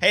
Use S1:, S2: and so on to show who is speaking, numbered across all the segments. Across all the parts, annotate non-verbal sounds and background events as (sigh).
S1: Hey,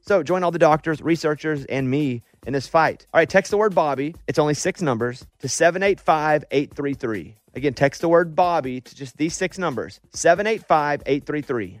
S1: So join all the doctors, researchers, and me in this fight. All right, text the word Bobby. It's only six numbers to 785 833. Again, text the word Bobby to just these six numbers 785 833.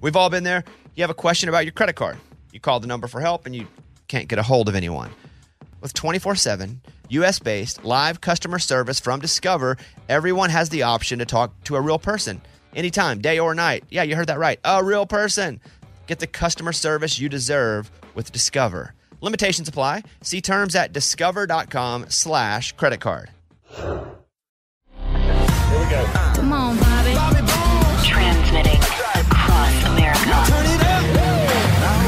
S1: We've all been there. You have a question about your credit card. You call the number for help and you can't get a hold of anyone. With 24 7, US based live customer service from Discover, everyone has the option to talk to a real person anytime, day or night. Yeah, you heard that right. A real person. Get the customer service you deserve with Discover. Limitations apply. See terms at discover.com slash credit card.
S2: Come on, Bobby.
S3: Transmitting across America.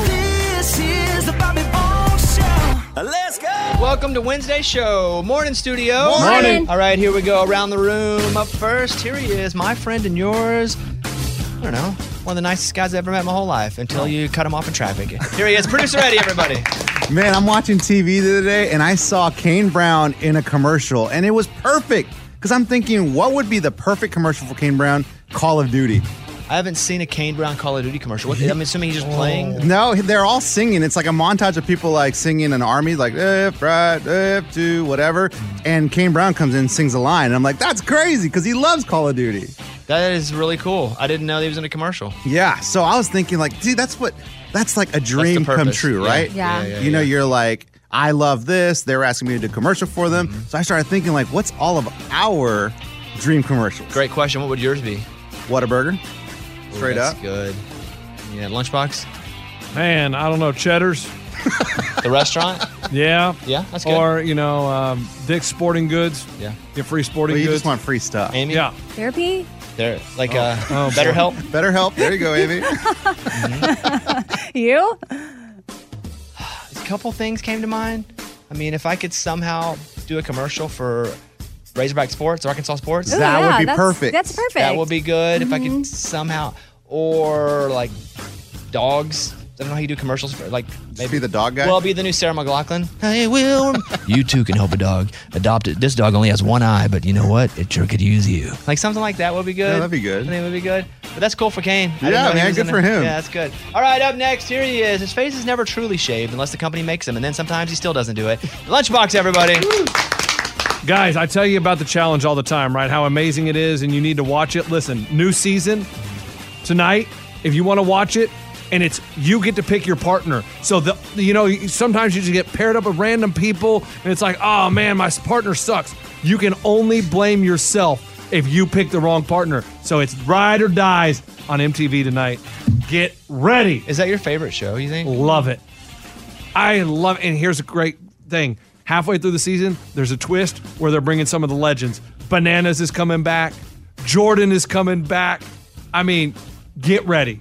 S4: This is the Bobby Bones Show. Let's go.
S1: Welcome to Wednesday show. Morning, studio.
S2: Morning.
S1: All right, here we go around the room. Up first, here he is, my friend and yours. I don't know, one of the nicest guys I've ever met in my whole life until you cut him off in traffic. Here he is, producer Eddie, everybody.
S5: (laughs) Man, I'm watching TV the other day and I saw Kane Brown in a commercial and it was perfect because I'm thinking, what would be the perfect commercial for Kane Brown? Call of Duty.
S1: I haven't seen a Kane Brown Call of Duty commercial. What, I'm assuming he's just playing.
S5: Oh. No, they're all singing. It's like a montage of people like singing an army, like if right, if two, whatever. And Kane Brown comes in and sings a line. And I'm like, that's crazy because he loves Call of Duty.
S1: That is really cool. I didn't know he was in a commercial.
S5: Yeah. So I was thinking, like, dude, that's what, that's like a dream come
S1: purpose.
S5: true,
S1: Yeah.
S5: right?
S2: Yeah. Yeah, yeah,
S5: you know, you're like, I love this. They were asking me to do a commercial for them.
S1: Mm-hmm.
S5: So I started thinking, like, what's all of our dream commercials?
S1: Great question. What would yours be?
S5: Whataburger. Straight
S1: Ooh, that's
S5: up.
S1: Good. Yeah, lunchbox.
S6: Man, I don't know, Cheddar's.
S1: The restaurant.
S6: Yeah.
S1: Yeah, that's good.
S6: Or you know, um, Dick's Sporting Goods.
S1: Yeah.
S6: Get free sporting
S5: Well, you
S6: goods.
S5: just want free stuff.
S1: Amy.
S6: yeah.
S2: Therapy?
S1: There. Like uh,
S6: Oh,
S1: better help.
S5: (laughs) Better help. There you go, Amy.
S2: You?
S1: a couple things came to mind. I mean, if I could somehow do a commercial for Razorback Sports, Arkansas Sports,
S2: Ooh,
S5: That would
S2: yeah,
S5: be
S2: that's,
S5: perfect.
S2: That's perfect. Mm-hmm.
S1: that would be good. If I could somehow, or like dogs. I don't know how you do commercials for like maybe
S5: be the dog guy?
S1: Well, be the new Sarah McLaughlin. Hey, Will. (laughs) you too can help a dog. Adopt it. This dog only has one eye, but you know what? It sure could use you. Like something like that would be good.
S5: Yeah, that'd be
S1: I
S5: good.
S1: think it would be good. But that's cool for Kane. I didn't
S5: Yeah,
S1: know he
S5: man,
S1: was
S5: good
S1: in
S5: for
S1: it.
S5: him.
S1: Yeah, that's good. All right, up next, here he is. His face is never truly shaved unless the company makes him, and then sometimes he still doesn't do it. Lunchbox, everybody.
S6: Guys, I tell you about the challenge all the time, right? How amazing it is, and you need to watch it. Listen, new season tonight. If you want to watch it, and it's you get to pick your partner. So the you know sometimes you just get paired up with random people, and it's like, oh man, my partner sucks. You can only blame yourself if you pick the wrong partner. So it's ride or dies on MTV tonight. Get ready.
S1: Is that your favorite show, you think?
S6: Love it. I love And here's a great thing. Halfway through the season, there's a twist where they're bringing some of the legends. Bananas is coming back. Jordan is coming back. I mean, get ready.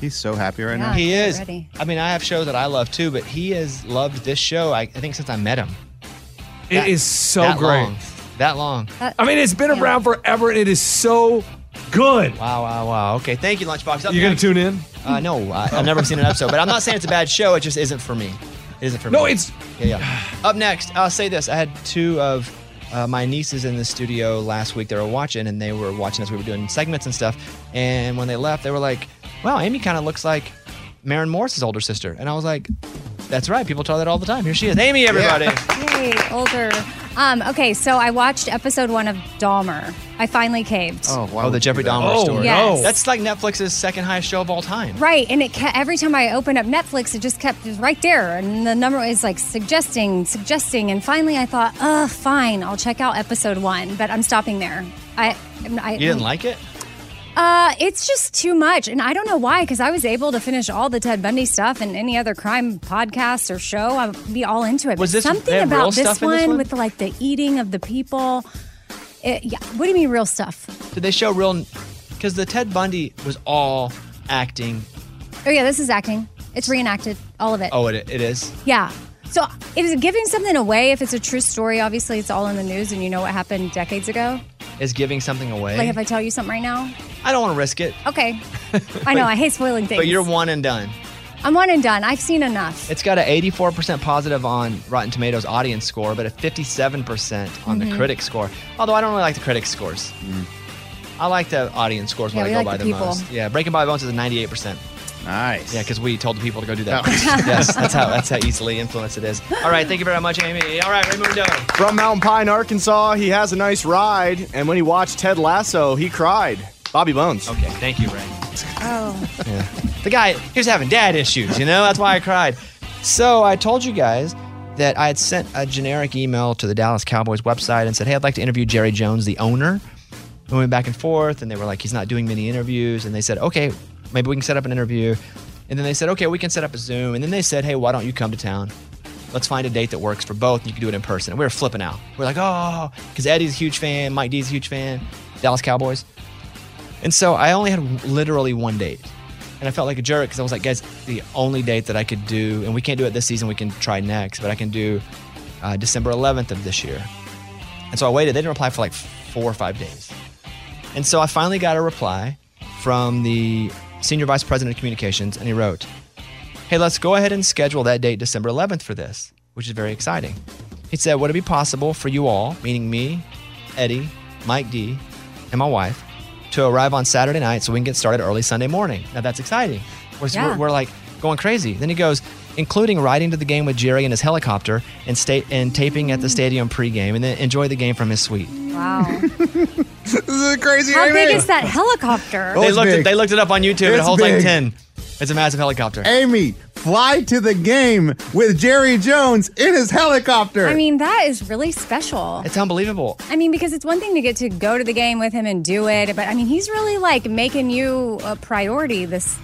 S5: He's so happy right
S2: Yeah.
S5: now.
S1: He is.
S2: Already.
S1: I mean, I have shows that I love too, but he has loved this show, I, I think, since I met him. That-
S6: it is so
S1: that
S6: great.
S1: Long. That long.
S6: I mean, it's been
S2: Yeah.
S6: around forever and it is so good.
S1: Wow, wow, wow. Okay, thank you, Lunchbox. Up
S6: You're going to
S1: next-
S6: tune in?
S1: Uh, no, I, I've never seen an episode, but I'm not saying it's a bad show. It just isn't for me. It isn't for me.
S6: No, it's
S1: Yeah, yeah. Up next, I'll say this. I had two of uh, my niece is in the studio last week. They were watching, and they were watching as we were doing segments and stuff. And when they left, they were like, "Wow, Amy kind of looks like Maren Morris's older sister." And I was like, "That's right. People tell that all the time. Here she is, Amy, everybody."
S2: Hey, older. Um, okay, so I watched episode one of Dahmer. I finally caved.
S1: wow! Oh, the Jeffrey Dahmer
S6: Oh,
S1: story.
S2: Yes. no.
S1: That's like Netflix's second highest show of all time.
S2: Right, and it kept, every time I opened up Netflix, it just kept it was right there, and the number is like suggesting, suggesting, and finally I thought, uh, fine, I'll check out episode one, but I'm stopping there. I, I
S1: You didn't like it?
S2: Uh, it's just too much, and I don't know why. Because I was able to finish all the Ted Bundy stuff and any other crime podcast or show, I'd be all into it.
S1: Was
S2: But
S1: this- they
S2: something
S1: had real
S2: about this
S1: stuff in this
S2: one,
S1: one?
S2: with like the eating of the people? It, yeah, what do you mean real stuff?
S1: Did they show real? Because the Ted Bundy was all acting.
S2: Oh yeah, this is acting. It's reenacted, all of it.
S1: Oh, it, it is.
S2: Yeah. So is it giving something away if it's a true story? Obviously, it's all in the news, and you know what happened decades ago.
S1: Is giving something away.
S2: Like if I tell you something right now,
S1: I don't want to risk it. (laughs)
S2: okay. I know I hate spoiling things.
S1: But you're one and done.
S2: I'm one and done. I've seen enough.
S1: It's got an 84% positive on Rotten Tomatoes audience score, but a 57% on
S2: Mm-hmm.
S1: the critic score. Although I don't really like the critic scores. I like the audience scores when
S2: Mm. Yeah,
S1: I
S2: we
S1: go
S2: like the
S1: by the,
S2: people.
S1: most. Yeah, Breaking by Bones is a 98%.
S5: Nice.
S1: Yeah, because we told the people to go do that. (laughs) yes, that's how that's how easily influenced it is. All right, thank you very much, Amy. All right, Raymundo.
S7: From Mountain Pine, Arkansas, he has a nice ride, and when he watched Ted Lasso, he cried. Bobby Bones.
S1: Okay, thank you, Ray.
S2: (laughs) oh,
S1: The guy, he was having dad issues, you know? That's why I cried. So I told you guys that I had sent a generic email to the Dallas Cowboys website and said, hey, I'd like to interview Jerry Jones, the owner. We went back and forth, and they were like, he's not doing many interviews. And they said, okay, maybe we can set up an interview. And then they said, okay, we can set up a Zoom. And then they said, hey, why don't you come to town? Let's find a date that works for both. and You can do it in person. And we were flipping out. We're like, oh, because Eddie's a huge fan, Mike D's a huge fan, Dallas Cowboys. And so I only had literally one date. And I felt like a jerk because I was like, guys, the only date that I could do, and we can't do it this season, we can try next, but I can do uh, December 11th of this year. And so I waited. They didn't reply for like four or five days. And so I finally got a reply from the senior vice president of communications, and he wrote, Hey, let's go ahead and schedule that date December 11th for this, which is very exciting. He said, Would it be possible for you all, meaning me, Eddie, Mike D, and my wife, to arrive on Saturday night so we can get started early Sunday morning? Now that's exciting. We're,
S2: Yeah.
S1: we're, we're like going crazy. Then he goes, including riding to the game with Jerry in his helicopter and, sta- and taping at the stadium pregame and then enjoy the game from his suite.
S2: wow.
S5: (laughs) This is crazy.
S2: How
S5: Amy.
S2: big is that helicopter?
S5: Oh,
S1: They
S5: it's
S1: looked, it,
S5: big.
S1: they looked it up on YouTube. and it
S5: It's
S1: holds like
S5: big.
S1: 10. It's a massive helicopter.
S5: Amy, fly to the game with Jerry Jones in his helicopter.
S2: I mean, that is really special.
S1: It's unbelievable.
S2: I mean, because it's one thing to get to go to the game with him and do it, but I mean, he's really like making you a priority this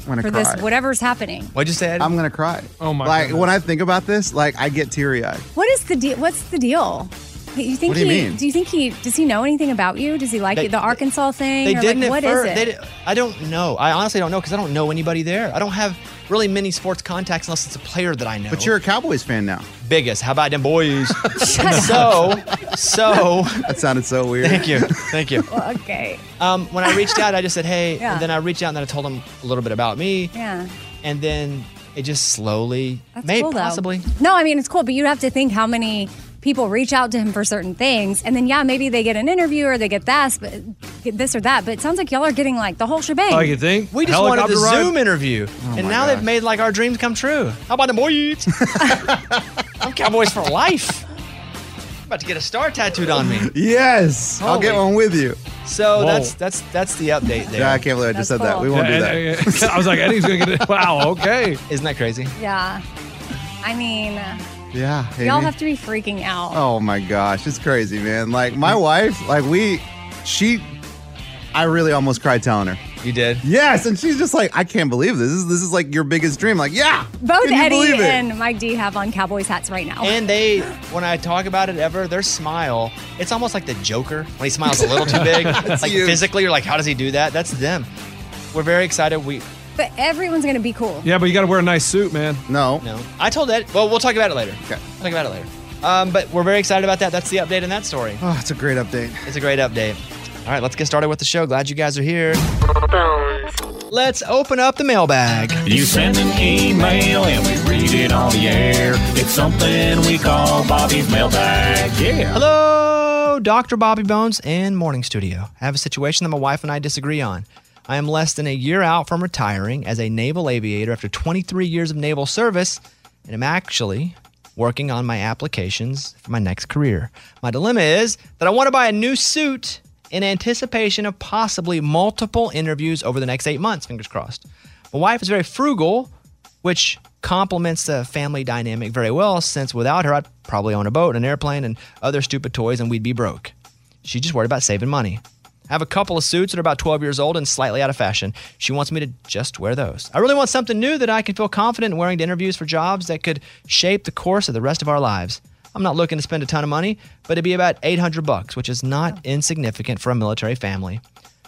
S5: I'm gonna
S2: for
S5: cry.
S2: this whatever's happening.
S1: What'd you say? Eddie?
S5: I'm gonna cry.
S6: Oh my
S5: Like
S6: goodness.
S5: when I think about this, like I get teary eyed.
S2: What is the deal? What's the deal? You think
S5: What do you
S2: he?
S5: mean?
S2: Do you think he? Does he know anything about you? Does he like
S1: They-
S2: you? the Arkansas thing?
S1: They
S2: or
S1: didn't
S2: like,
S1: at
S2: what is
S1: first.
S2: it?
S1: They did, I don't know. I honestly don't know because I don't know anybody there. I don't have really many sports contacts unless it's a player that I know.
S5: But you're a Cowboys fan now.
S1: biggest. How about them boys?
S5: (laughs)
S1: so, so.
S5: That sounded so weird.
S1: Thank you, thank you.
S2: okay.
S1: Um, when I reached out, I just said hey,
S2: Yeah.
S1: and then I reached out and then I told them a little bit about me,
S2: Yeah.
S1: and then it just slowly,
S2: That's
S1: maybe
S2: cool, though.
S1: possibly.
S2: No, I mean it's cool, but you have to think how many people reach out to him for certain things, and then yeah, maybe they get an interview or they get this, but get this or that. But it sounds like y'all are getting like the whole
S1: Oh,
S5: Oh,
S2: shebang.
S6: Like you think?
S1: We just
S6: Helicopter
S1: wanted the
S6: ride?
S1: Zoom interview, and
S5: my
S1: now
S5: gosh.
S1: they've made like our dreams come true. How about the
S5: (laughs)
S1: boys? I'm Cowboys for life. I'm about to get a star tattooed on me.
S5: (laughs) Yes, I'll get
S1: Holy-
S5: one with you.
S1: So
S6: Whoa.
S1: that's that's that's the update there.
S5: Yeah, I can't believe I just said
S2: That's
S5: that.
S2: cool.
S5: We won't do that.
S6: Yeah, and- uh, (laughs) I was like, Eddie's gonna get it. Wow. Okay.
S1: (laughs) Isn't that crazy?
S2: Yeah. I mean, uh,
S5: yeah, Amy.
S2: y'all have to be freaking out.
S5: Oh my gosh, it's crazy, man. Like my wife, like we, she, I really almost cried telling her.
S1: You did.
S5: Yes, and she's just like, I can't believe this. This is, this is like your biggest dream. Like, yeah,
S2: Both
S5: can you
S2: Eddie
S5: believe it?
S2: and Mike D have on Cowboys hats right now.
S1: And (laughs) they, when I talk about it ever, their smile, it's almost like the Joker when he smiles a little too
S5: (laughs)
S1: big. like
S5: you.
S1: physically, you're like, how does he do that? That's them. We're very excited. We
S2: but everyone's gonna be cool.
S6: Yeah, but you got to wear a nice suit, man.
S5: No,
S1: no. I told Ed. Well, we'll talk about it later.
S5: Okay.
S1: We'll talk about it later. Um, but we're very excited about that. That's the update in that story.
S5: Oh, it's a great update.
S1: It's a great update. All right, let's get started with the show. Glad you guys are here. Let's open up the mailbag.
S8: You send an email and we read it on the air. It's something we call Bobby's mailbag. Yeah.
S1: Hello, Dr. Bobby Bones, and Morning Studio. I have a situation that my wife and I disagree on. I am less than a year out from retiring as a naval aviator after 23 years of naval service, and I'm actually working on my applications for my next career. My dilemma is that I want to buy a new suit in anticipation of possibly multiple interviews over the next eight months, fingers crossed. My wife is very frugal, which complements the family dynamic very well, since without her, I'd probably own a boat, an airplane, and other stupid toys, and we'd be broke. She's just worried about saving money. I have a couple of suits that are about 12 years old and slightly out of fashion. She wants me to just wear those. I really want something new that I can feel confident in wearing to interviews for jobs that could shape the course of the rest of our lives. I'm not looking to spend a ton of money, but it'd be about 800 bucks, which is not insignificant for a military family.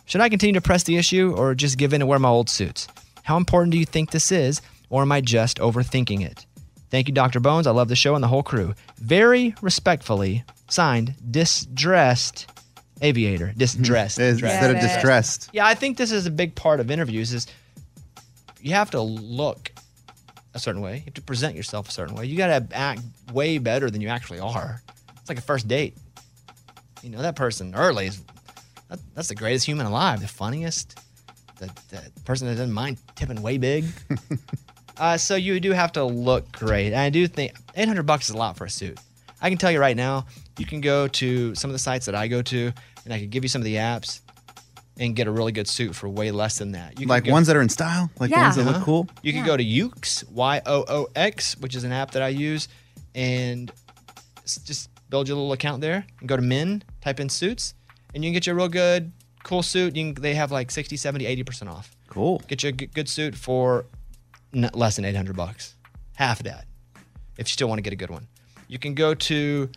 S1: Should I continue to press the issue or just give in and wear my old suits? How important do you think this is, or am I just overthinking it? Thank you, Dr. Bones. I love the show and the whole crew. Very respectfully, signed, distressed aviator. Distressed.
S5: Mm-hmm. Instead of distressed.
S1: Yeah, I think this is a big part of interviews is you have to look a certain way. You have to present yourself a certain way. You got to act way better than you actually are. It's like a first date. You know that person early is that, that's the greatest human alive, the funniest, the, the person that doesn't mind tipping way
S5: (laughs)
S1: big. uh, so you do have to look great. And I do think 800 bucks is a lot for a suit. I can tell you right now, you can go to some of the sites that I go to, and I can give you some of the apps and get a really good suit for way less than that. You can
S5: Like
S1: go-
S5: ones that are in style, like the ones that look
S1: Uh-huh.
S5: cool.
S1: You can go to Yoox, Y O O X, which is an app that I use, and s- just build your little account there. And go to men, type in suits, and you can get you a real good, cool suit. You can, they have like 60, 70, 80% off.
S5: Cool.
S1: Get you a g- good suit for n- less than 800 bucks. Half of that, if you still want to get a good one. You can go to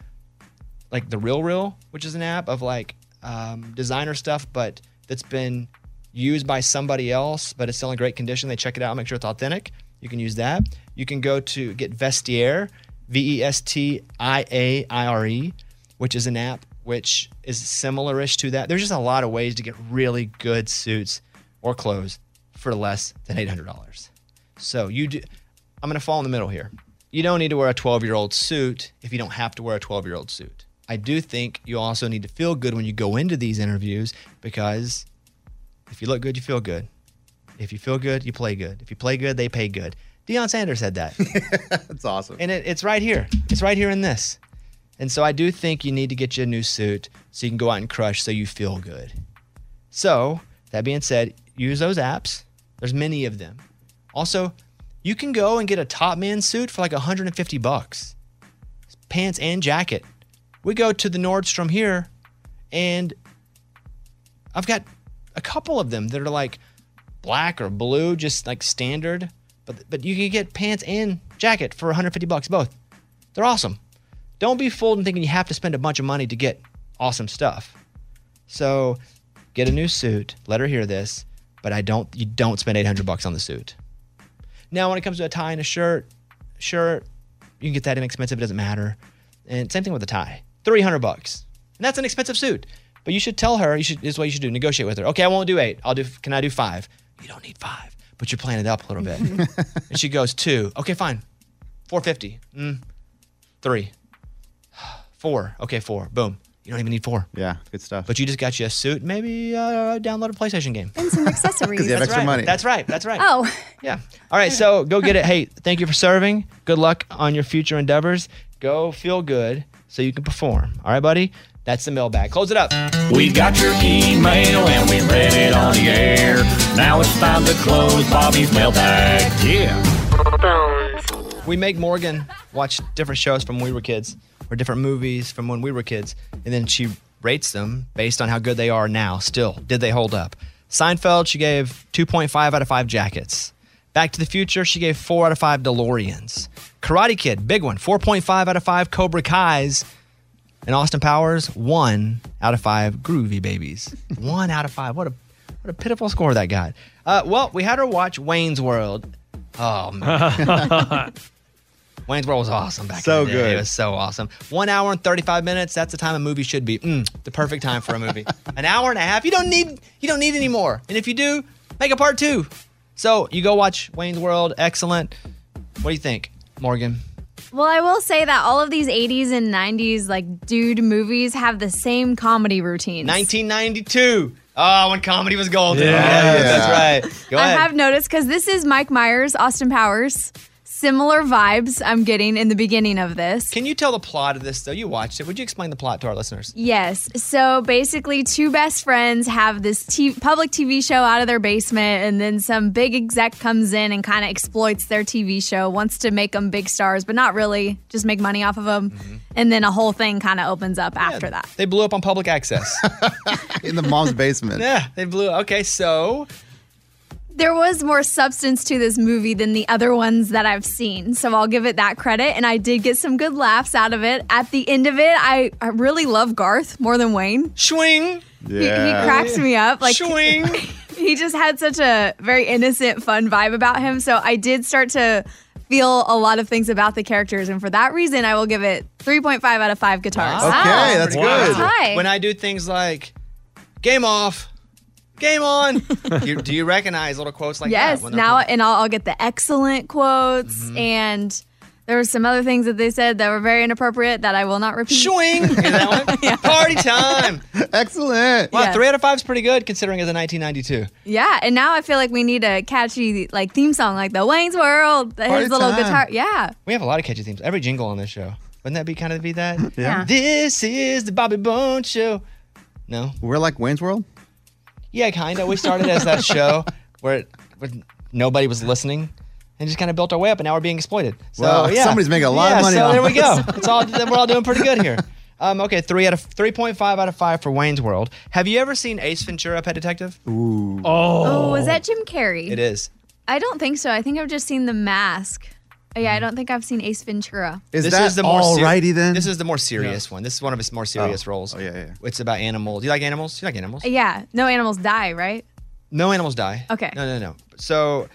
S1: like the Real Real, which is an app of like um, designer stuff, but that's been used by somebody else, but it's still in great condition. They check it out, make sure it's authentic. You can use that. You can go to get Vestiaire, V E S T I A I R E, which is an app which is similar ish to that. There's just a lot of ways to get really good suits or clothes for less than $800. So you do, I'm going to fall in the middle here. You don't need to wear a 12 year old suit if you don't have to wear a 12 year old suit. I do think you also need to feel good when you go into these interviews because if you look good, you feel good. If you feel good, you play good. If you play good, they pay good. Deion Sanders said that.
S5: (laughs) That's awesome.
S1: And it, it's right here. It's right here in this. And so I do think you need to get you a new suit so you can go out and crush so you feel good. So that being said, use those apps. There's many of them. Also, you can go and get a top man suit for like 150 bucks. Pants and jacket. We go to the Nordstrom here and I've got a couple of them that are like black or blue, just like standard. But but you can get pants and jacket for 150 bucks both. They're awesome. Don't be fooled and thinking you have to spend a bunch of money to get awesome stuff. So get a new suit. Let her hear this. But I don't. You don't spend 800 bucks on the suit. Now when it comes to a tie and a shirt, shirt you can get that inexpensive. It doesn't matter. And same thing with a tie. 300 bucks. And that's an expensive suit. But you should tell her. You should. This is what you should do. Negotiate with her. Okay, I won't do eight. I'll do. Can I do five? You don't need five. But you're playing it up a little bit.
S5: (laughs)
S1: and she goes (laughs) two. Okay, fine. 450. Mm. Three. (sighs) Four. Okay, four. Boom. You don't even need four.
S5: Yeah, good stuff.
S1: But you just got you a suit. Maybe uh, download a PlayStation game.
S2: And
S1: (laughs)
S2: some accessories.
S1: That's right. That's right. That's right.
S2: Oh,
S1: Yeah. All right. So go get it. Hey, thank you for serving. Good luck on your future endeavors. Go feel good so you can perform. All right, buddy. That's the mailbag. Close it up.
S8: We got your email and we read it on the air. Now it's time to close Bobby's mailbag. Yeah.
S1: We make Morgan watch different shows from when we were kids or different movies from when we were kids. And then she rates them based on how good they are now, still. Did they hold up? Seinfeld, she gave 2.5 out of 5 jackets. Back to the Future, she gave 4 out of 5 DeLoreans. Karate Kid, big one, 4.5 out of 5 Cobra Kai's. And Austin Powers, 1 out of 5 Groovy Babies. (laughs) 1 out of 5. What a what a pitiful score that got. Uh, well, we had her watch Wayne's World.
S6: (laughs)
S1: Oh man. Wayne's World was awesome back
S5: So
S1: in the day.
S5: good.
S1: It was so awesome. One hour and 35 minutes. That's the time a movie should be. Mm, the perfect time for
S6: (laughs)
S1: a movie. An hour and a half. You don't need you don't need any more. And if you do, make a part two. So you go watch Wayne's World. Excellent. What do you think, Morgan?
S9: Well, I will say that all of these 80s and 90s like dude movies have the same comedy routines.
S1: 1992. Oh, when comedy was golden.
S6: Yeah.
S1: Yes,
S6: Yeah.
S1: That's right. Go
S9: I
S1: ahead.
S9: have noticed because this is Mike Myers, Austin Powers. Similar vibes I'm getting in the beginning of this.
S1: Can you tell the plot of this, though? You watched it. Would you explain the plot to our listeners?
S9: Yes. So basically, two best friends have this t- public TV show out of their basement, and then some big exec comes in and kind of exploits their TV show, wants to make them big stars, but not really, just make money off of them.
S1: Mm-hmm.
S9: And then a whole thing kind of opens up after that.
S1: They blew up on public access.
S5: (laughs) in the mom's basement.
S1: yeah, they blew up. Okay, so
S9: There was more substance to this movie than the other ones that I've seen, so I'll give it that credit. And I did get some good laughs out of it. At the end of it, I, I really love Garth more than Wayne.
S1: Swing.
S9: He, he cracks me up. Like
S1: Swing.
S9: (laughs) he just had such a very innocent, fun vibe about him. So I did start to feel a lot of things about the characters, and for that reason, I will give it 3.5 out of five guitars. Hi.
S1: When I do things like game off, game
S9: (laughs)
S1: on, you, do you recognize little quotes like
S9: yes,
S1: that? when Mm-hmm. they're
S9: now
S1: playing?
S9: and I'll, I'll get the excellent quotes and. There were some other things that they said that were very inappropriate that I will not repeat.
S1: Shwing! Party time.
S5: (laughs) Excellent.
S1: Wow,
S9: Yeah.
S1: three out of five is pretty good considering it's a 1992.
S9: (laughs) Yeah, and now I feel like we need a catchy like theme song, like the Wayne's World, the-
S1: Party
S9: his little
S1: time.
S9: guitar. Yeah,
S1: We have a lot of catchy themes. Every jingle on this show. Wouldn't that be kind of be
S5: (laughs)
S1: that?
S9: Yeah.
S1: This is the Bobby Bones Show. No.
S5: We're like Wayne's World?
S1: Yeah, kind of. We started as that show where, where nobody was listening and just kind of built our way up, and now we're being exploited. So
S5: Well,
S1: yeah,
S5: somebody's making a lot of
S1: Yeah,
S5: money
S1: So
S5: off
S1: there we go.
S5: (laughs) us.
S1: It's all we're all doing pretty good here. Um, okay, three out of three point five out of five for Wayne's World. Have you ever seen Ace Ventura: Pet Detective?
S5: Ooh.
S9: Oh, was that Jim Carrey?
S1: It is.
S9: I don't think so. I think I've just seen The Mask. Oh, yeah, I don't think I've seen Ace Ventura.
S1: this
S5: that
S1: Mm. is the more
S5: alrighty
S1: then? This is the more serious one. This is one of his more serious roles. Oh
S5: yeah, yeah.
S1: It's about animals. Do you like animals? You like animals?
S9: Uh, Yeah, no animals die, right?
S1: No animals die.
S9: Okay.
S1: No, no, no. So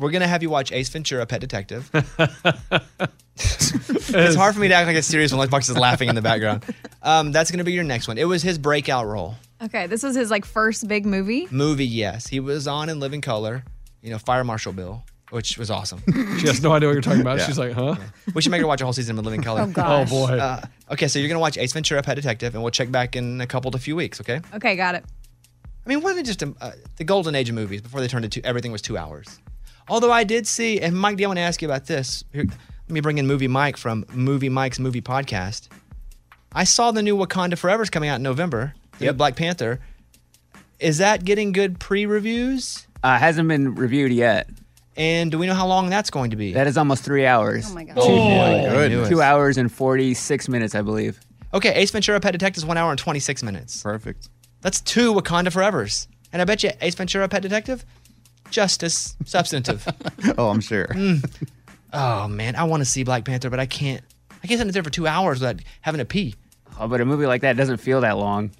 S1: we're gonna have you watch Ace Ventura:
S6: (laughs)
S1: Pet Detective. (laughs) it's hard for me to act like it's serious when Lunchbox is laughing in the background. Um, that's gonna be your next one. It was his breakout role.
S9: Okay, this was his like first big movie.
S1: Movie, yes, he was on in Living Color. You know, Fire Marshal Bill, which was awesome.
S6: (laughs) She has no idea what you're talking about.
S1: Yeah.
S6: She's like, huh?
S1: we should make her watch a whole season of Living Color.
S6: Oh, gosh. Oh, boy.
S1: Uh, okay, so you're gonna watch Ace Ventura: Pet Detective, and we'll check back in a couple to few weeks. Okay.
S9: Okay, got it.
S1: I mean, wasn't it just um, uh, the golden age of movies before they turned it to everything was two hours? Although I did see, and Mike, do I want to ask you about this? Here, let me bring in Movie Mike from Movie Mike's Movie Podcast. I saw the new Wakanda Forever's coming out in November. The new Black Panther. Is that getting good pre-reviews?
S10: Uh, hasn't been reviewed yet.
S1: And do we know how long that's going to be?
S10: That is almost three hours. Oh my
S1: gosh. Oh, my goodness.
S10: Two hours and 46 minutes, I believe.
S1: Okay, Ace Ventura: Pet Detective is one hour and twenty-six minutes.
S5: Perfect.
S1: That's two Wakanda Forever's, and I bet you Ace Ventura: Pet Detective, just as
S10: (laughs)
S1: substantive.
S5: Oh, I'm sure.
S1: Oh man, I want to see Black Panther, but I can't. I can't sit there for two hours without having to pee.
S10: Oh, but a movie like that doesn't feel that long.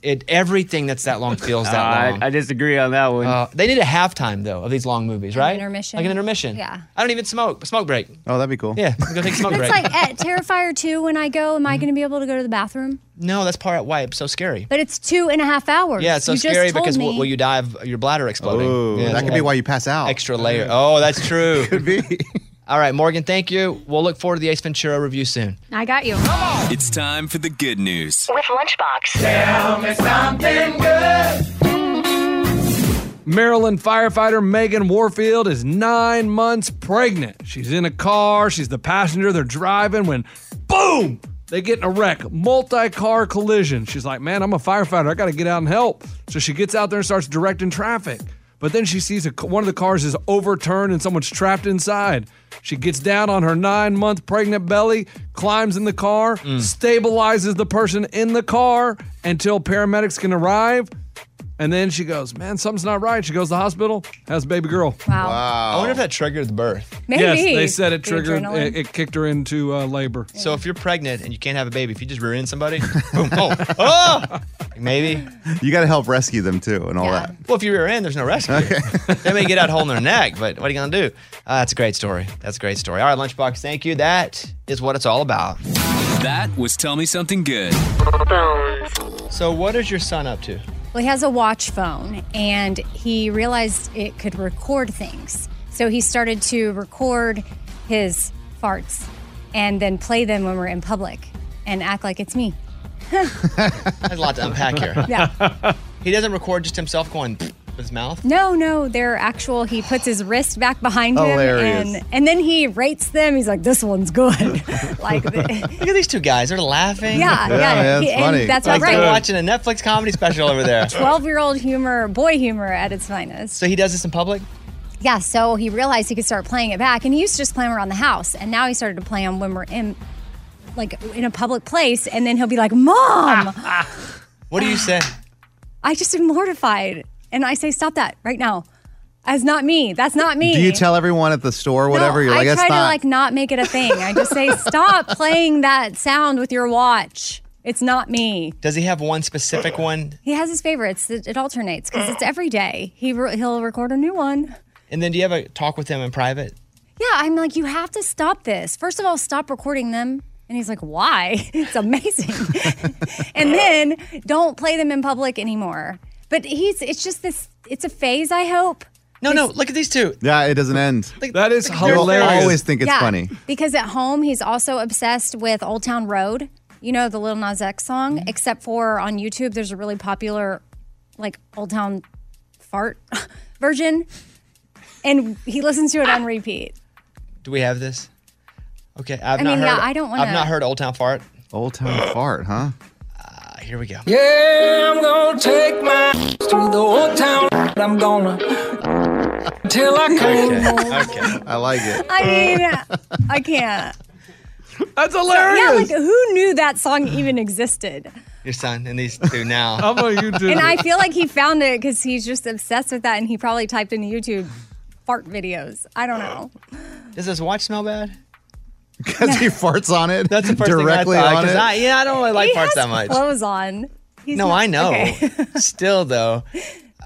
S1: It everything that's that long feels that
S10: Uh, I-
S1: long.
S10: I disagree on that one.
S1: Uh, they need a halftime though of these long movies, right?
S2: intermission.
S1: Like an intermission.
S2: Yeah.
S1: I don't even smoke. Smoke break.
S5: Oh, that'd be cool.
S1: Yeah, we go take a smoke break.
S2: (laughs) It's like at Terrifier 2 when I go,
S1: Mm-hmm.
S2: am I going to be able to go to the bathroom?
S1: no, that's part why it's so scary.
S2: But it's two and a half hours.
S1: Yeah, it's so
S2: You just
S1: scary
S2: told
S1: because
S2: me.
S1: will, will you die of uh, your bladder exploding?
S5: Oh,
S1: Yeah,
S5: that could be why you pass out.
S1: Extra layer. Oh, that's
S5: (laughs)
S1: true. could be. All right, Morgan. Thank you. We'll look forward to the Ace Ventura review soon.
S9: I got you.
S11: It's time for the good news.
S3: With Lunchbox.
S11: Tell me something good.
S6: Maryland firefighter Megan Warfield is nine months pregnant. She's in a car, she's the passenger, they're driving when boom, they get in a wreck, multi car collision. She's like, man, I'm a firefighter, I gotta get out and help. So she gets out there and starts directing traffic. But then she sees a, one of the cars is overturned and someone's trapped inside. She gets down on her nine month pregnant belly, climbs in the car, stabilizes the person in the car until paramedics can arrive. And then she goes, Man, something's not right. She goes to the hospital, has a baby girl.
S2: Wow.
S1: I wonder if that triggered the birth.
S6: Yes, they said it
S2: The
S6: triggered,
S2: adrenaline.
S6: it, it kicked her into uh, labor.
S1: So if you're pregnant and you can't have a baby, if you just rear end somebody, (laughs) boom, oh, oh, maybe.
S5: You got to help rescue them too and all that.
S1: Well, if you rear end, there's no rescue. (laughs) they may get out holding their neck, but what are you gonna do? Uh, that's a great story. That's a great story. All right, lunchbox. Thank you. That is what it's all about.
S11: That was Tell Me Something Good.
S1: So what is your son up to?
S2: Well, he has a watch phone and he realized it could record things. So he started to record his farts and then play them when we're in public and act like it's me.
S1: There's a lot to unpack here.
S2: (laughs) Yeah.
S1: He doesn't record just himself going with his mouth.
S2: No, no, they're actual. He puts his wrist back behind
S1: Hilarious.
S2: him and and then he rates them. He's like, "This one's
S1: (laughs)
S2: good." like,
S1: Look at these two guys. They're laughing.
S2: Yeah, Yeah, yeah. yeah, it's He- and funny. that's
S1: like
S2: all
S1: they're
S2: right.
S1: watching a Netflix comedy special
S2: (laughs)
S1: over there.
S2: Twelve-year-old humor, boy humor at its finest.
S1: So he does this in public?
S2: Yeah, so he realized he could start playing it back, and he used to just play them around the house, and now he started to play them when we're in, like, in a public place, and then he'll be like,
S5: Ah!"
S2: "Mom,
S1: What do you say?
S2: I just am mortified," and I say, "Stop that right now." That's not me. That's not me.
S5: Do you tell everyone at the store, whatever?
S2: No,
S5: You're like,
S2: I
S5: that's
S2: try
S5: not.
S2: to like not make it a thing. I just
S5: (laughs)
S2: say, "Stop playing that sound with your watch. It's not me."
S1: Does he have one specific one?
S2: He has his favorites. It, it alternates because
S5: (gasps)
S2: it's every day. He re- he'll record a new one.
S1: And then do you have a talk with him in private?
S2: Yeah, I'm like, you have to stop this. First of all, stop recording them. And he's like, why? (laughs) It's amazing. and then don't play them in public anymore. But he's, it's just this, it's a phase, I hope.
S1: No, no, look at these two.
S5: yeah, it doesn't end.
S6: that is
S5: I
S6: hilarious.
S5: always think it's
S2: Yeah,
S5: funny.
S2: Because at home, he's also obsessed with Old Town Road, you know, the Lil Nas X song,
S1: Mm-hmm.
S2: except for on YouTube, there's a really popular, like, Old Town fart (laughs) version. And he listens to it on repeat.
S1: Do we have this? Okay, I've
S2: I
S1: not
S2: mean,
S1: heard.
S2: yeah, I don't wanna-
S1: I've not heard Old Town Fart.
S5: Old Town Fart, huh?
S1: Uh, here we go.
S4: Yeah, I'm gonna take my to the old town. I'm gonna till I can't. no more.
S5: I like it.
S2: I mean, I can't.
S6: That's
S2: Yeah, like who knew that song even existed?
S1: Your son and these
S4: (laughs)
S1: two now.
S6: I'm like, you
S2: And I feel like he found it because he's just obsessed with that, and he probably typed into YouTube fart videos. I don't know.
S1: Does his watch smell bad?
S5: (laughs) Because he farts on it. That's the
S1: first thing I
S5: directly
S1: thought,
S5: on
S1: 'cause
S5: it.
S1: I- yeah, I don't really like
S2: he
S1: farts
S2: has
S1: that much.
S2: Clothes on. He's
S1: no,
S2: not-
S1: I know.
S2: okay.
S1: (laughs) still, though,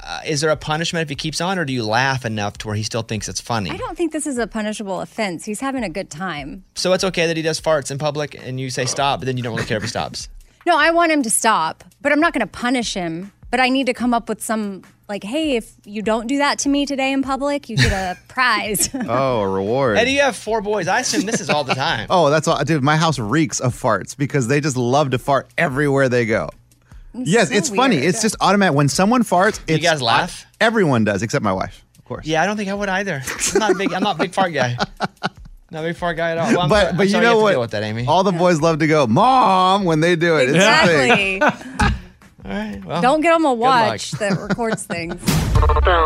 S1: uh, is there a punishment if he keeps on, or do you laugh enough to where he still thinks it's funny?
S2: I don't think this is a punishable offense. He's having a good time.
S1: So it's okay that he does farts in public, and you
S5: Uh,
S1: say stop, but then you don't really care if he
S5: (laughs)
S1: stops.
S2: No, I want him to stop, but I'm not going to punish him. But I need to come up with some like, hey, if you don't do that to me today in public, you get a (laughs) prize. (laughs)
S5: Oh, a reward.
S1: And you have four boys. I assume this is
S5: (laughs)
S1: all the time.
S5: Oh, that's all. Dude, my house reeks of farts because they just love to fart everywhere they go. yes,
S1: so
S5: it's funny.
S1: weird.
S5: It's just automatic. When someone farts, it's.
S1: guys laugh?
S5: everyone does, except my wife.
S1: Yeah, I don't think I would either. I'm not a big. I'm not a big fart
S5: (laughs)
S1: guy. Not a big fart guy at all. Oh, Well, I'm
S5: but
S1: sorry-
S5: but
S1: I'm
S5: you
S1: sorry
S5: know
S1: have to
S5: what?
S1: deal with that, Amy.
S5: All the boys love to go, Mom, when they do it. It's a thing.
S2: exactly.
S1: well,
S2: Don't get him a
S1: Oh. good luck.
S2: watch that records things.
S1: (laughs)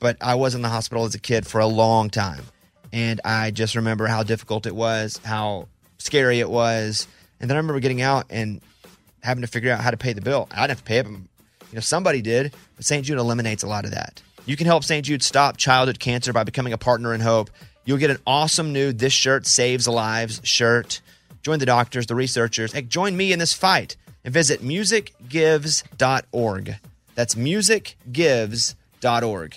S1: but I was in the hospital as a kid for a long time. And I just remember how difficult it was, how scary it was. And then I remember getting out and having to figure out how to pay the bill. I didn't have to pay it, but you know, somebody did. But St. Jude eliminates a lot of that. You can help St. Jude stop childhood cancer by becoming a partner in hope. You'll get an awesome new This Shirt Saves Lives shirt. Join the doctors, the researchers. Hey, join me in this fight and visit musicgives.org. That's musicgives.org.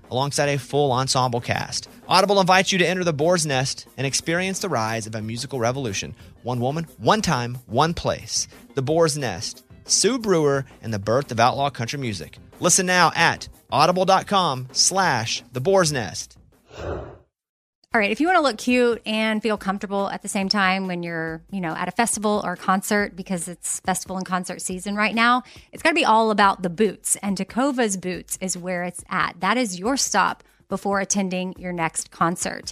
S1: alongside a full ensemble cast. Audible invites you to enter the boar's nest and experience the rise of a musical revolution. One woman, one time, one place. The boar's nest, Sue Brewer, and the birth of outlaw country music. Listen now at audible.com slash the boar's nest.
S2: All right, if you want to look cute and feel comfortable at the same time when you're, you know, at a festival or a concert because it's festival and concert season right now, it's got to be all about the boots. And Takova's Boots is where it's at. That is your stop before attending your next concert.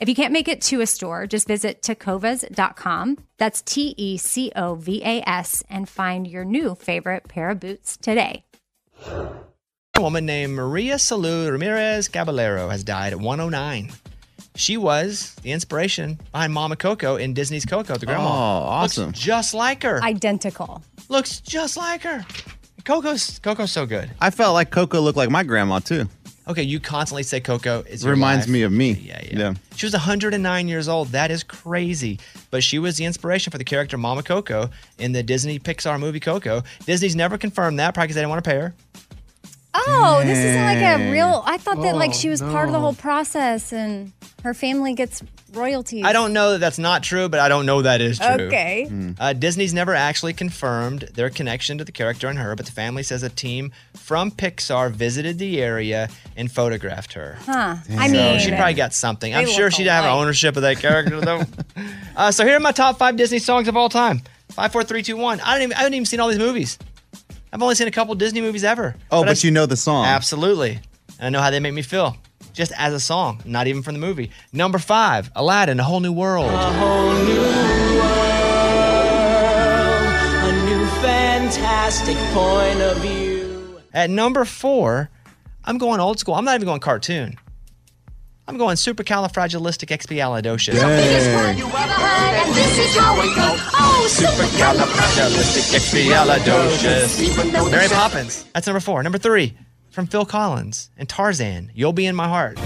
S2: If you can't make it to a store, just visit tecovas.com. That's T E C O V A S and find your new favorite pair of boots today.
S1: A woman named Maria Salud Ramirez Caballero has died at 109. She was the inspiration behind Mama Coco in Disney's Coco, the grandma.
S5: Oh, awesome.
S1: Looks just like her.
S2: Identical.
S1: Looks just like her. Coco's Coco's so good.
S5: I felt like Coco looked like my grandma too.
S1: Okay, you constantly say Coco is your
S5: Reminds
S1: life.
S5: me of me. Yeah, yeah.
S1: She was 109 years old. That is crazy. But she was the inspiration for the character Mama Coco in the Disney Pixar movie Coco. Disney's never confirmed that probably because they didn't want to pay her.
S2: Oh, this isn't like a
S1: Dang.
S2: real. I thought that like
S1: Oh,
S2: she was part of the
S1: no.
S2: whole process and her family gets royalties.
S1: I don't know that that's not true, but I don't know that is true.
S2: Okay. Hmm.
S1: Uh, Disney's never actually confirmed their connection to the character and her, but the family says a team from Pixar visited the area and photographed her.
S2: Huh. I
S1: So
S2: mean,
S1: she probably got something. I'm
S2: they
S1: sure
S2: look
S1: she'd have
S2: alike.
S1: ownership of that
S2: (laughs)
S1: character, though. uh, so here are my top five Disney songs of all time. Five, four, three, two, one. I don't even. I haven't even seen all these movies. I've only seen a couple Disney movies ever.
S5: Oh, but,
S1: I-
S5: you know the song.
S1: Absolutely. And I know how they make me feel. Just as a song, not even from the movie. Number five, Aladdin, A Whole New World.
S12: A new fantastic point of view.
S1: At number four, I'm going old school. I'm not even going cartoon. I'm going supercalifragilisticexpialidocious.
S12: And this is how we go. Oh,
S1: Supercalifragilisticexpialidocious. Mary Poppins. That's number four. Number three, from Phil Collins and Tarzan, You'll Be in My Heart.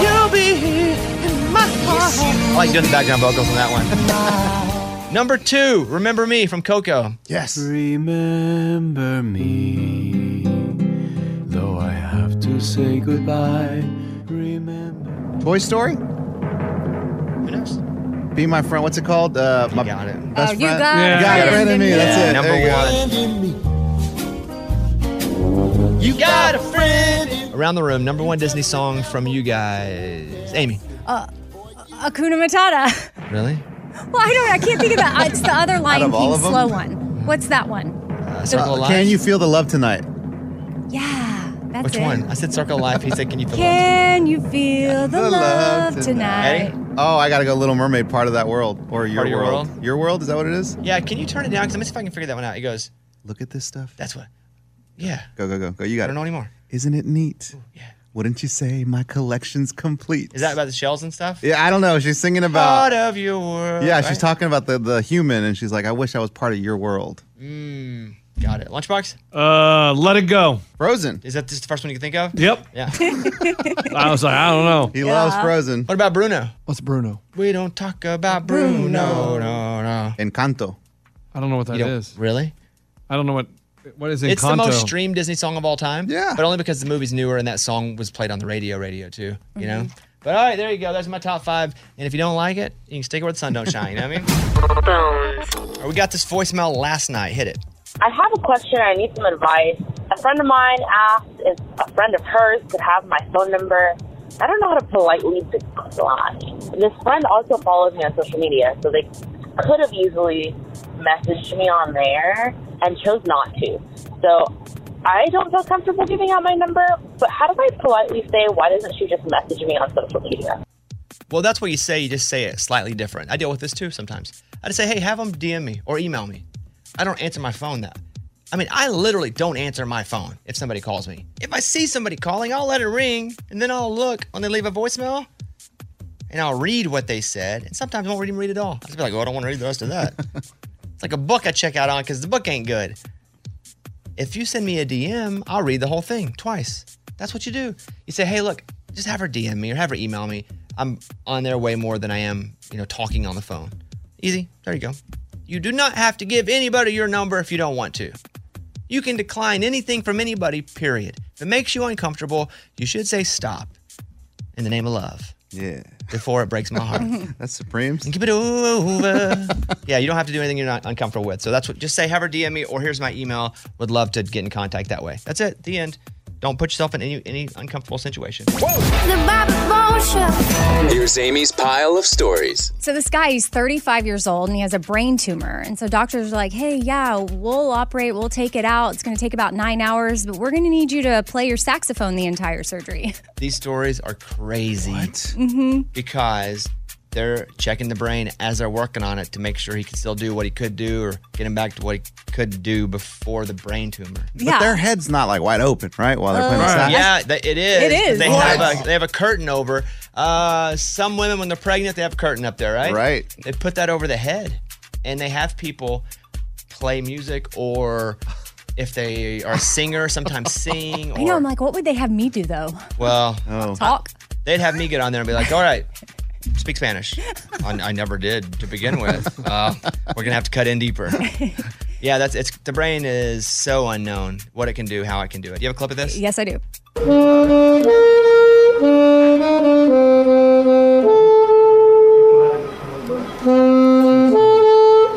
S1: You'll be here in my heart. I like doing the background vocals on that one. (laughs) number two, Remember Me from Coco.
S5: Yes.
S13: Remember me, though I have to say goodbye. Remember.
S5: Toy Story? Be my friend. What's it called? Uh, my got
S1: it.
S5: Best
S12: Oh, you
S5: friend.
S12: got
S5: You
S12: it.
S5: got
S12: Yeah.
S5: a friend in me. That's
S12: Yeah.
S5: it.
S12: Number
S5: There you go.
S1: You got a friend. Around the room, number one Disney song from you guys. Amy,
S2: Uh, Akuna Matata. (laughs)
S1: really?
S2: Well, I don't. I can't think of that. It's the other Lion
S5: of all
S2: King
S5: of 'em?
S2: slow one. What's that one?
S1: Circle of
S5: Uh,
S1: Life.
S5: Can you feel the love tonight?
S2: That's
S1: Which
S2: it.
S1: one? I said Circle of Life. He said,
S12: (laughs)
S1: Can you feel it?
S2: Can you feel the, love, tonight?
S5: Oh, I gotta go. Little Mermaid, part of that world, or your,
S1: Part of your
S5: world. Your world is that what it is?
S1: Yeah, can you turn it down? Because I'm gonna see if I can figure that one out. It goes,
S5: Look at this stuff.
S1: That's what. Yeah.
S5: Go go go go. You got. I don't
S1: know anymore.
S5: Isn't it neat? yeah. Wouldn't you say my collection's complete?
S1: Is that about the shells and stuff?
S5: Yeah, I don't know. She's singing
S1: Part
S5: about.
S1: of your world.
S5: yeah, she's
S1: right?
S5: talking about the the human, and she's like, I wish I was part of your world.
S1: Mm, got it. Lunchbox?
S5: Uh, let it go. Frozen.
S1: Is that just the first one you can think of?
S5: Yep. (laughs)
S1: Yeah.
S6: I was like, I don't know.
S5: He loves
S1: Yeah.
S5: Frozen.
S1: What about Bruno?
S6: What's Bruno?
S1: We don't talk about Bruno. No, no.
S5: Encanto.
S6: I don't know what that
S1: You don't-
S6: is.
S1: Really?
S6: I don't know what. What is Encanto?
S1: It's the most streamed Disney song of all time. Yeah. But only because the movie's newer and that song was played on the radio, radio too. You know. But all right, there you go. That's my top five. And if you don't like it, you can stick it where the sun don't shine. You know what I mean? All right, we got this voicemail last night. Hit it.
S14: I have a question. I need some advice. A friend of mine asked if a friend of hers could have my phone number. I don't know how to politely decline. This friend also follows me on social media, so they could have easily messaged me on there and chose not to. So I don't feel comfortable giving out my number, but how do I politely say, why doesn't she just message me on social media?
S1: Well, that's what you say. You just say it slightly different. I deal with this too sometimes. I just say, hey, have them DM me or email me. I don't answer my phone that. I mean, I literally don't answer my phone if somebody calls me. If I see somebody calling, I'll let it ring and then I'll look when they leave a voicemail and I'll read what they said. And sometimes I won't even read it all. I'll just be like, oh, I don't want to read the rest of that. it's like a book I check out on because the book ain't good. If you send me a DM, I'll read the whole thing twice. That's what you do. You say, hey, look, just have her DM me or have her email me. I'm on there way more than I am, you know, talking on the phone. Easy. There you go. You do not have to give anybody your number if you don't want to. You can decline anything from anybody, period. If it makes you uncomfortable, you should say stop in the name of love.
S5: Yeah.
S1: Before it breaks my heart.
S2: (laughs)
S5: (laughs) That's supreme.
S1: Give it over. yeah, you don't have to do anything you're not uncomfortable with. So that's what just say, have her DM me or here's my email. Would love to get in contact that way. That's it. The end. Don't put yourself in any any uncomfortable situation.
S15: The Bobby Bones Show.
S16: Here's Amy's pile of stories.
S2: So this guy, he's 35 years old and he has a brain tumor. And so doctors are like, hey, yeah, we'll operate, we'll take it out. It's going to take about nine hours, but we're going to need you to play your saxophone the entire surgery. (laughs)
S1: These stories are crazy
S2: hmm
S1: because they're checking the brain as they're working on it to make sure he can still do what he could do or get him back to what he could do before the brain tumor.
S5: But their head's not like wide open, right? While they're playing
S2: Uh,
S5: the sax.
S1: Yeah, th- it is.
S5: It is.
S1: They
S5: Uh, What?
S1: have a they have a curtain over. Uh, some women when they're pregnant, they have a curtain up there, right?
S5: Right.
S1: They put that over the head, and they have people play music or if they are a singer, sometimes sing.
S5: (laughs)
S2: I know. I'm like, what would they have me do though?
S1: Well,
S5: Oh.
S2: Talk.
S1: they'd have me get on there and be like, all right, speak Spanish. I, I never did to begin with. Uh, we're going to have to cut in deeper. Yeah, that's it's the brain is so unknown what it can do, how it can do it. You have a clip of this?
S2: Yes, I do.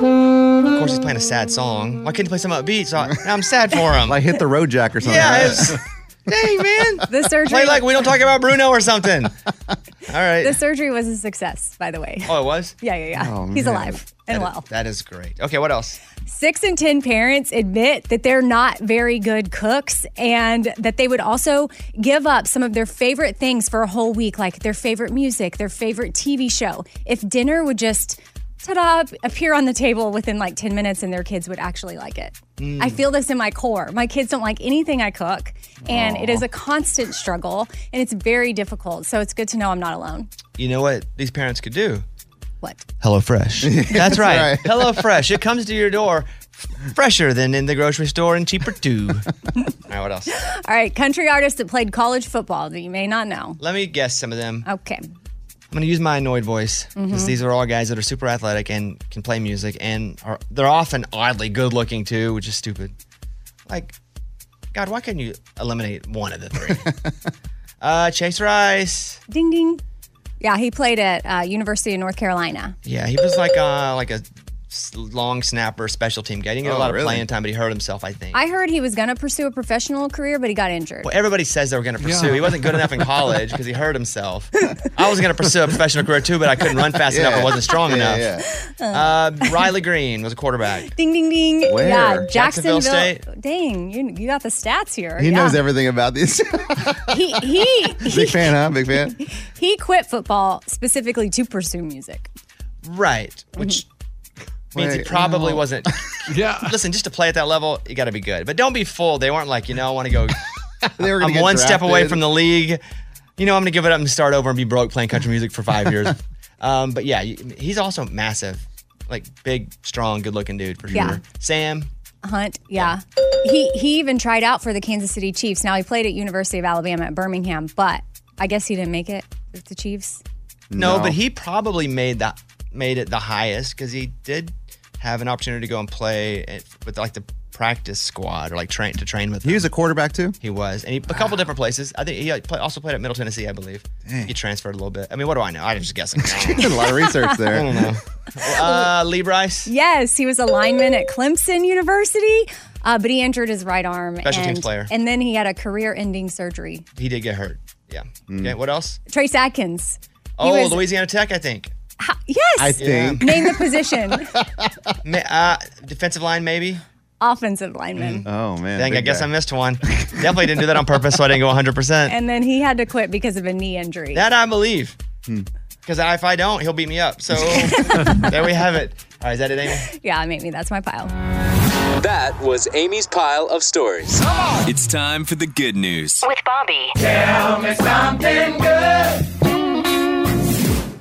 S1: Of course, he's playing a sad song. Why couldn't he play some upbeat? So I, I'm sad for him.
S5: like hit the road jack or something.
S1: Yeah,
S5: right?
S1: it's, dang man,
S2: (laughs) the surgery.
S1: play like we don't talk about Bruno or something. All
S2: (laughs)
S1: right.
S2: The surgery was a success, by the way.
S1: oh, it was.
S2: Yeah, yeah, yeah.
S1: Oh,
S2: He's
S1: man.
S2: alive and well.
S1: That is great. Okay, what else?
S2: Six in 10 parents admit that they're not very good cooks and that they would also give up some of their favorite things for a whole week, like their favorite music, their favorite TV show, if dinner would just ta da appear on the table within like 10 minutes and their kids would actually like it.
S17: Mm.
S2: I feel this in my core. My kids don't like anything I cook, and it is a constant struggle and it's very difficult. So it's good to know I'm not alone.
S1: You know what these parents could do?
S2: What?
S1: Hello Fresh. That's
S4: That's
S1: right.
S4: right.
S1: Hello Fresh. It comes to your door f- fresher than in the grocery store and cheaper too. All right, what else?
S2: All right, country artists that played college football that you may not know.
S1: Let me guess some of them.
S2: Okay.
S1: I'm going to use my annoyed voice because
S2: Mhm.
S1: these are all guys that are super athletic and can play music and are they're often oddly good looking too, which is stupid. Like, God, why couldn't you eliminate one of the three? uh, Chase Rice.
S2: Ding ding. Yeah, he played at uh, University of North Carolina.
S1: Yeah, he was like a like a s- long snapper special team guy. He didn't get
S5: Oh,
S1: a lot
S5: really?
S1: of playing time, but he hurt himself, I think.
S2: I heard he was going to pursue a professional career, but he got injured.
S1: Well, everybody says they were going to pursue.
S5: Yeah.
S1: He wasn't good enough in college because he hurt himself. I was going to pursue a professional career too, but I couldn't run fast enough. I
S5: (laughs) Yeah.
S1: wasn't strong
S5: Yeah,
S1: enough.
S2: Uh,
S1: Uh, Riley Green was a quarterback.
S2: ding ding ding.
S1: Where?
S2: Yeah,
S1: Jacksonville
S2: Jacksonville.
S1: State?
S2: Dang, you, you got the stats here.
S5: He
S2: yeah.
S5: knows everything about this.
S2: He he
S5: (laughs) Big fan, huh? Big fan.
S2: he quit football specifically to pursue music. Mm-hmm.
S1: Right, which (laughs) means he
S5: Wait,
S1: probably
S5: no. (laughs)
S1: wasn't.
S6: yeah.
S1: Listen, just to play at that level, you got to be good. But don't be fooled. They weren't like, you know, I want to go.
S5: (laughs) They were gonna
S1: I'm
S5: get
S1: one step away
S5: drafted.
S1: from the league. You know, I'm going to give it up and start over and be broke playing country music for five
S5: (laughs)
S1: years. um, but yeah, you- he's also massive, like big, strong, good-looking dude for sure.
S2: Yeah.
S1: Sam,
S2: Hunt, yeah. He he even tried out for the Kansas City Chiefs. Now he played at University of Alabama at Birmingham, but I guess he didn't make it with the Chiefs.
S1: No,
S2: No.
S1: but he probably made that made it the highest because he did have an opportunity to go and play at- with like the practice squad or like train to train with. He
S5: was a quarterback too.
S1: He was, and he, a couple different places. I think he like, play, also played at Middle Tennessee, I believe. He transferred a little bit. I mean, what do I know? I'm just
S5: (laughs)
S1: guessing.
S5: Did a lot of research
S1: (laughs)
S5: there.
S2: (laughs)
S1: I don't know. Uh, Lee Bryce.
S2: Yes, he was a lineman at Clemson University. Uh, but he injured his right arm.
S1: Special
S2: and,
S1: teams player.
S2: And then he had a career ending surgery.
S1: He did get hurt. Yeah.
S5: Mm.
S1: Okay. What else?
S2: Trace Atkins. He
S1: Oh,
S2: was-
S1: Louisiana Tech, I think.
S2: Yes.
S1: I think.
S2: Name the position.
S1: (laughs) Ma- uh, defensive line, maybe.
S2: Offensive lineman.
S1: Oh man. Dang, I
S18: big
S1: guess
S18: guy.
S1: I missed one. Definitely didn't do that on purpose, so I
S5: (laughs)
S1: didn't go 100. percent
S2: And then he had to quit because of a knee injury.
S1: That I believe. Because if I don't, he'll beat me up. So there we have it. All right, is that it, Amy?
S2: yeah, maybe that's my pile.
S19: That was Amy's pile of stories.
S4: It's time for the good news.
S20: With Bobby.
S4: Tell me something
S20: good.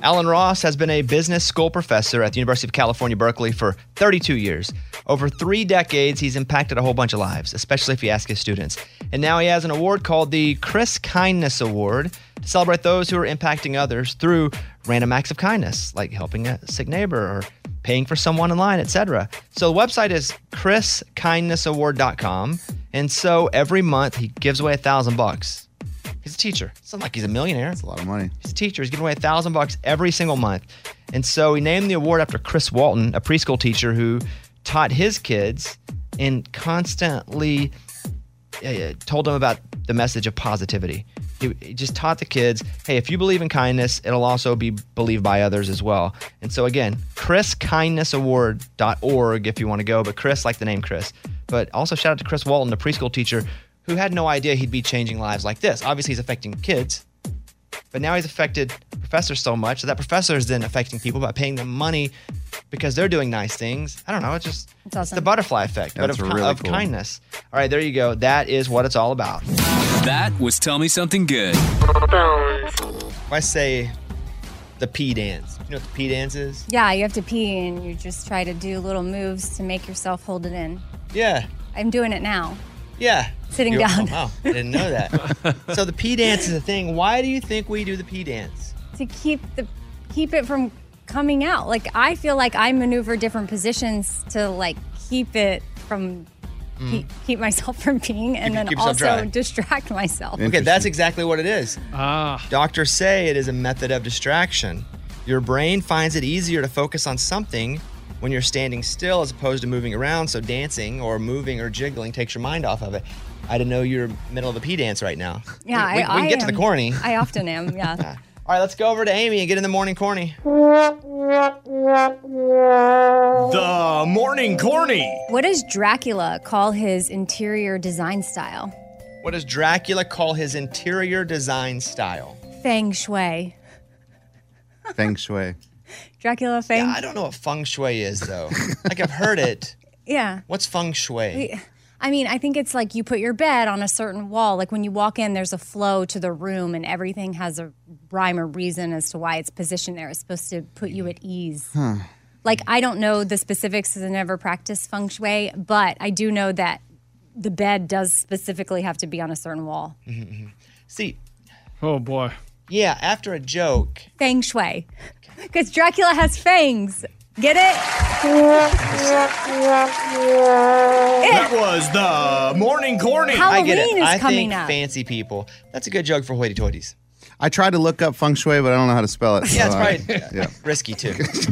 S21: Alan Ross has been a business school professor at the University of California, Berkeley for 32 years. Over three decades, he's impacted a whole bunch of lives, especially if you ask his students. And now he has an award called the Chris Kindness Award to celebrate those who are impacting others through random acts of kindness, like helping a sick neighbor or paying for someone in line, etc. So the website is chriskindnessaward.com. And so every month he gives away a thousand bucks. He's a teacher. It's not like he's a millionaire. It's a lot of money. He's a teacher. He's giving away a thousand bucks every single month. And so he named the award after Chris Walton, a preschool teacher who taught his kids and constantly uh, told them about the message of positivity. He, he just taught the kids, hey, if you believe in kindness, it'll also be believed by others as well. And so again, chriskindnessaward.org if you want to go, but Chris like the name Chris. But also shout out to Chris Walton, the preschool teacher who had no idea he'd be changing lives like this. Obviously, he's affecting kids, but now he's affected professors so much that that professor is then affecting people by paying them money because they're doing nice things. I don't know. It's just
S2: It's awesome.
S21: the butterfly effect,
S4: That's
S21: but of, ki-
S4: really
S21: of
S4: cool.
S21: kindness. All right, there you go. That is what it's all about.
S4: That was Tell Me Something Good.
S1: I say the P dance. You know what the P dance is?
S2: Yeah, you have to pee and you just try to do little moves to make yourself hold it in.
S1: Yeah.
S2: I'm doing it now.
S1: Yeah.
S2: Sitting
S1: You're-
S2: down.
S1: oh, wow. I didn't know
S4: (laughs)
S1: that. so the P dance is a thing. Why do you think we do the P dance?
S2: to keep the keep it from coming out. Like I feel like I maneuver different positions to like keep it from
S1: Mm.
S2: keep, keep myself (laughs) from peeing and
S1: Keep-
S2: then
S1: keep yourself dry.
S2: also distract myself.
S1: Okay, that's exactly what it is. Ah. Doctors say it is a method of distraction. Your brain finds it easier to focus on something when you're standing still as opposed to moving around. So dancing or moving or jiggling takes your mind off of it. I didn't know you're middle of the P dance right now.
S2: yeah,
S1: we, we,
S2: I,
S1: we can
S2: I
S1: get to
S2: am-
S1: the corny.
S2: I often am.
S1: (laughs)
S2: Yeah.
S1: All right, let's go over to Amy and get in the morning corny.
S18: The morning corny.
S2: what does Dracula call his interior design style?
S1: What does Dracula call his interior design style?
S2: Feng Shui.
S1: Feng Shui.
S2: Dracula Feng.
S1: I don't know what feng shui is though. like I've heard it.
S2: Yeah.
S1: What's feng shui?
S2: (laughs) We- I mean, I think it's like you put your bed on a certain wall. Like when you walk in, there's a flow to the room, and everything has a rhyme or reason as to why it's positioned there. It's supposed to put you at ease.
S5: Huh.
S2: Like, I don't know the specifics because I never practiced feng shui, but I do know that the bed does specifically have to be on a certain wall.
S1: See.
S22: Oh boy.
S1: Yeah, after a joke.
S2: Feng shui. (laughs) Because Dracula has fangs. Get it?
S18: That was the Uh, morning corny.
S1: I get it.
S2: Halloween is
S1: I
S2: coming
S1: think
S2: up.
S1: fancy people. That's a good joke for hoity toities.
S5: I tried to look up feng shui, but I don't know how to spell it.
S1: Yeah, it's
S5: so I-
S1: probably-
S5: yeah.
S1: Risky too.
S18: (laughs)
S2: it's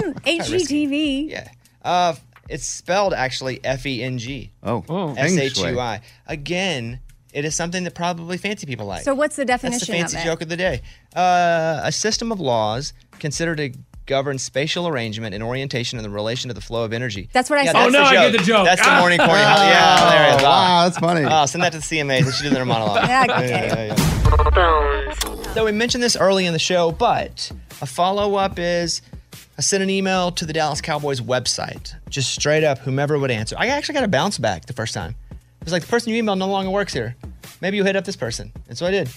S2: on HGTV.
S1: Yeah. Uh, it's spelled actually F E N G.
S5: Oh.
S1: S
S5: Feng
S1: H U
S5: shui.
S1: I. Again, it is something that probably fancy people like.
S2: So what's the
S1: That's the
S2: definition of
S1: fancy
S2: it?
S1: joke of the day. Uh, a system of laws considered to govern spatial arrangement and orientation in the relation to the flow of energy.
S2: That's what I
S1: yeah,
S2: said.
S1: That's
S2: Oh,
S1: the
S2: now I
S1: joke.
S2: get the joke.
S1: That's the
S2: Ah.
S1: morning corny. yeah, there it is.
S5: Wow, that's funny.
S1: Oh, send that to (laughs) the CMA. They should do their monologue.
S2: Yeah, okay.
S1: So we mentioned this early in the show, but a follow up is I sent an email to the Dallas Cowboys website, just straight up, whomever would answer. I actually got a bounce back the first time. It was like the person you emailed no longer works here. Maybe you hit up this person, and so I did. And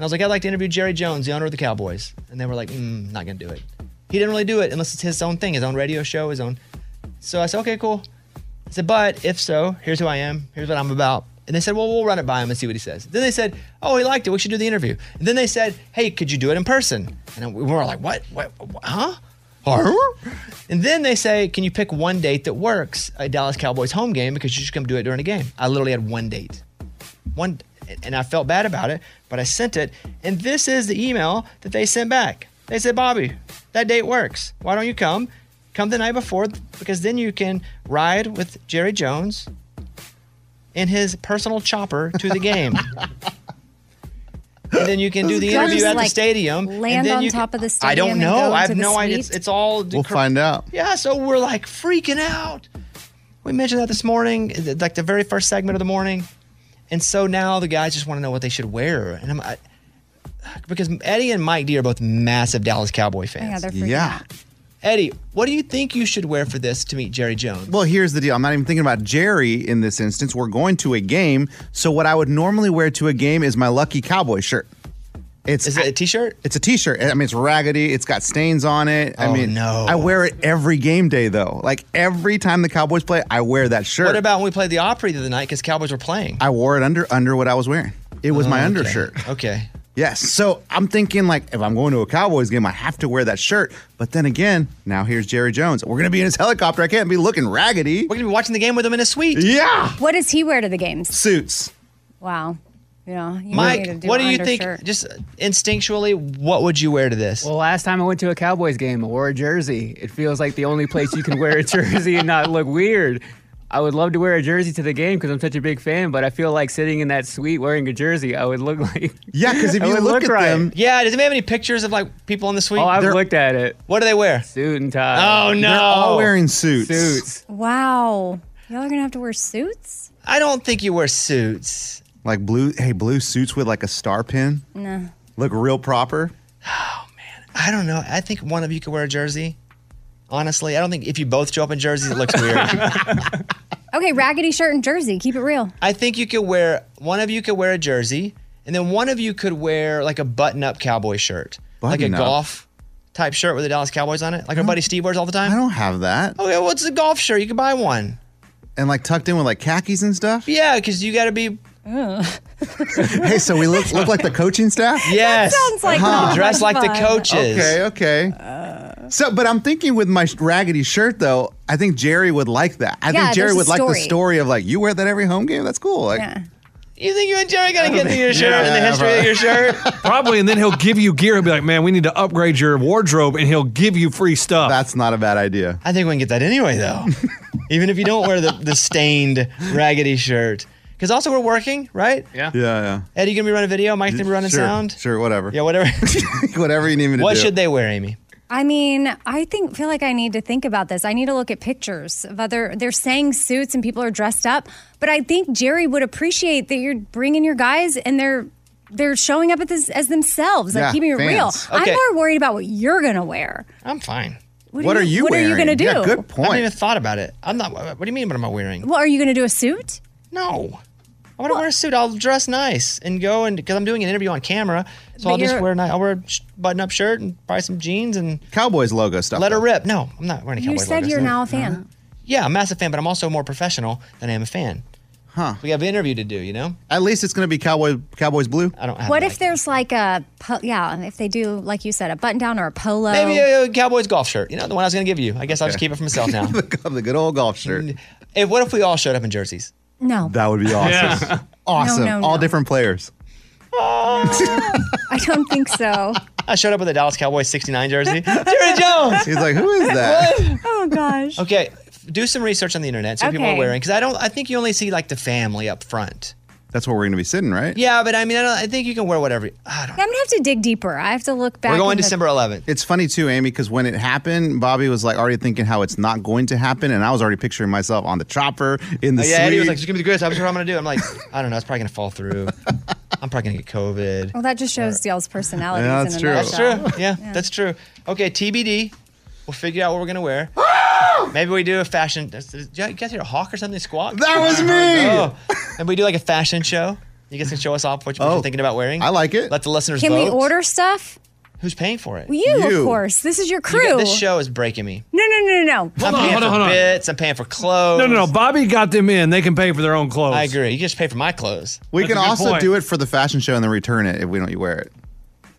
S1: I was like, I'd like to interview Jerry Jones, the owner of the Cowboys, and they were like, mm, not gonna do it. He didn't really do it unless it's his own thing, his own radio show, his own. So I said, okay, cool. I said, but if so, here's who I am, here's what I'm about. And they said, well, we'll run it by him and see what he says. Then they said, oh, he liked it. We should do the interview. And then they said, hey, could you do it in person? And we were like, what? What? what huh? Huh? And then they say, can you pick one date that works a Dallas Cowboys home game because you should come do it during a game? I literally had one date. One, and I felt bad about it, but I sent it. And this is the email that they sent back. They said, Bobby, that date works. Why don't you come? Come the night before because then you can ride with Jerry Jones in his personal chopper to the game. and then you can do
S2: Does
S1: the
S2: the car
S1: interview
S2: just,
S1: at the
S2: like,
S1: stadium. and
S2: land
S1: then
S2: on
S1: you
S2: top of the
S1: I
S2: stadium
S1: don't
S2: and
S1: know.
S2: go
S1: I have
S2: to the
S1: no idea.
S2: suite?
S1: It's, it's all.
S5: We'll find out.
S1: Yeah, so we're like freaking out. We mentioned that this morning, th- like the very first segment of the morning. And so now the guys just want to know what they should wear. And I'm I, because Eddie and Mike D are both massive Dallas Cowboy fans.
S2: Yeah, they're freaking out.
S1: Eddie, what do you think you should wear for this to meet Jerry Jones?
S5: Well, here's the deal. I'm not even thinking about Jerry in this instance. We're going to a game, so what I would normally wear to a game is my lucky cowboy shirt. It's
S1: is it a t-shirt?
S5: It's a t-shirt. I mean, it's raggedy. It's got stains on it. I
S1: Oh,
S5: mean,
S1: no.
S5: I wear it every game day though. Like every time the Cowboys play, I wear that shirt.
S1: What about when we played the Opry the other night because Cowboys were playing?
S5: I wore it under under what I was wearing. It was my
S1: Oh, okay.
S5: undershirt.
S1: Okay.
S5: Yes. So I'm thinking like if I'm going to a Cowboys game, I have to wear that shirt. But then again, now here's Jerry Jones. We're gonna be in his helicopter. I can't be looking raggedy. We're
S1: gonna be watching the game with him in a suite.
S5: Yeah.
S2: What does he wear to the games?
S5: Suits.
S2: Wow. You know, you need to
S1: Mike,
S2: do
S1: what do you
S2: undershirt.
S1: think? Just instinctually, what would you wear to this?
S10: Well, last time I went to a Cowboys game, I wore a jersey. It feels like the only place you can wear a (laughs) jersey and not look weird. I would love to wear a jersey to the game because I'm such a big fan, but I feel like sitting in that suite wearing a jersey, I would look (laughs) like
S5: yeah,
S1: 'cause if
S10: I
S1: you
S10: would
S1: look
S10: look
S1: at
S10: right.
S1: them- yeah. Does anybody have any pictures of like people on the suite?
S10: Oh, I've
S1: They're-
S10: looked at it.
S1: What do they wear?
S10: Suit and tie.
S1: Oh, no. They're all wearing
S5: suits.
S10: Suits.
S2: Wow. Y'all are going to have to wear suits?
S1: I don't think you wear suits.
S5: Like blue hey, blue suits with like a star pin.
S2: No.
S5: Look real proper.
S1: I don't know. I think one of you could wear a jersey. Honestly, I don't think if you both show up in jerseys, it looks
S10: (laughs)
S1: weird.
S2: Okay, raggedy shirt and jersey. Keep it real.
S1: I think you could wear one of you could wear a jersey, and then one of you could wear like a button-up cowboy shirt, like a
S5: Button-up?
S1: golf type shirt with the Dallas Cowboys on it, like our buddy Steve wears all the time. I
S5: don't have that.
S1: Okay, well, it's a golf shirt. You could buy one.
S5: And like tucked in with like khakis and stuff.
S1: Yeah, because you got to be.
S5: hey, so we look look like the coaching staff?
S1: (laughs) Yes. sounds like a lot of Dress like the fun. Uh. coaches.
S5: Okay, okay. so, but I'm thinking with my raggedy shirt though, I think Jerry would like that. I
S1: Yeah,
S5: think Jerry
S1: there's a
S5: would like the
S1: story.
S5: story of like you wear that every home game. That's cool. Like,
S1: You think you and Jerry got to get into your shirt and the
S5: Yeah,
S1: history of your shirt?
S5: (laughs)
S6: Probably, and then he'll give you gear. He'll be like, "Man, we need to upgrade your wardrobe," and he'll give you free stuff.
S5: That's not a bad idea.
S1: I think we can get that anyway,
S5: (laughs)
S1: though. Even if you don't wear the, the stained raggedy shirt, because also we're working, right? Yeah.
S5: Yeah,
S1: Eddie, you gonna be running video? Mike's gonna be running
S5: Sure,
S1: sound.
S5: Sure, whatever.
S1: Yeah, whatever.
S5: (laughs) whatever you need me to
S1: What
S5: do.
S1: should they wear, Amy?
S2: I mean, I think feel like I need to think about this. I need to look at pictures of other. They're saying suits and people are dressed up, but I think Jerry would appreciate that you're bringing your guys and they're they're showing up at this as themselves, like
S1: Yeah,
S2: keeping it real.
S1: fans.
S2: I'm
S1: Okay.
S2: more worried about what you're gonna wear.
S1: I'm fine.
S2: What do What you- are you what are you wearing? gonna Yeah, do? good
S1: I
S2: point.
S1: haven't even thought about it. I'm not. What do you mean? What am I wearing?
S2: Well, are you gonna do a suit?
S1: No. I want to wear a suit. I'll dress nice and go and because I'm doing an interview on camera, so
S2: But
S1: I'll just
S2: you're-
S1: wear a ni- I'll wear a sh- button-up shirt and probably some jeans and
S5: Cowboys logo stuff.
S1: let her rip. No, I'm not wearing a
S2: You
S1: Cowboys
S2: said
S1: logo
S2: you're
S1: stuff.
S2: now a fan.
S1: Yeah, I'm a massive fan, but I'm also more professional than I am a fan.
S5: Huh.
S1: We have an interview to do, you know?
S5: At least it's going to be Cowboy Cowboys blue.
S1: I don't
S2: What if there's like a po- yeah? um, If they do like you said, a button down or a polo.
S1: Maybe a Cowboys golf shirt. You know, the one I was going to give you. I guess I'll just keep it for myself
S5: (laughs)
S1: now. the,
S5: good old golf shirt.
S1: (laughs) If, what if we all showed up in jerseys?
S2: no.
S5: That would be awesome. (laughs)
S1: Yeah.
S5: Awesome.
S1: No, no,
S5: All
S1: no.
S5: different players.
S2: I don't think so.
S1: I showed up with a Dallas Cowboys 69 jersey. (laughs) Jerry Jones!
S5: He's
S1: (laughs)
S5: like, who
S2: (laughs)
S5: is that?
S2: oh gosh.
S1: Okay, f- do some research on the internet. See what people
S2: Okay.
S1: are wearing. Because I don't, I think you only see like the family up front.
S5: That's where we're going to be sitting, right?
S1: Yeah, but I mean, I, don't, I think you can wear whatever. I don't
S2: I'm gonna have to dig deeper. I have to look back. in the-
S1: 11th.
S5: It's funny too, Amy, because when it happened, Bobby was like already thinking how it's not going to happen, and I was already picturing myself on the chopper in the
S1: Oh, yeah, Eddie was
S5: suite.
S1: like, just give me the greatest. I'm sure I'm going to do. I'm like, I don't know. It's probably going to fall through. I'm probably going to get COVID.
S2: Well, that just shows y'all's personalities.
S1: Yeah,
S2: in a
S1: That's
S2: nutshell.
S1: true. Yeah, that's true. Okay, TBD. We'll figure out what we're gonna wear.
S5: (gasps)
S1: Maybe we do a fashion. Did you guys hear a hawk or something squawk?
S5: That was me!
S1: Oh. And we do like a fashion show. You guys can show us off what, you- what
S5: Oh,
S1: you're thinking about wearing. I
S5: like it.
S1: Let the listeners
S2: Can
S1: vote.
S2: we order stuff?
S1: Who's paying for it?
S2: Well, you, of course. This is your
S1: You
S2: crew.
S1: get- this show is breaking me.
S2: no, no, no, no, no.
S1: I'm paying for bits. I'm paying for clothes.
S6: No, no, no. Bobby got them in. They can pay for their own clothes. I
S1: agree. You just pay for my clothes.
S5: we can also do it for the fashion show and then return it if we don't wear it.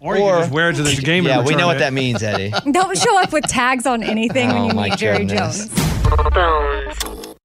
S6: Or you can just wear it
S5: (laughs)
S6: to the game and
S1: Yeah, we
S6: return
S1: know what
S6: it.
S1: that means, (laughs) Eddie.
S2: Don't show up with tags on anything when
S1: Oh,
S2: you
S1: my
S2: meet Jerry
S1: goodness.
S2: Jones.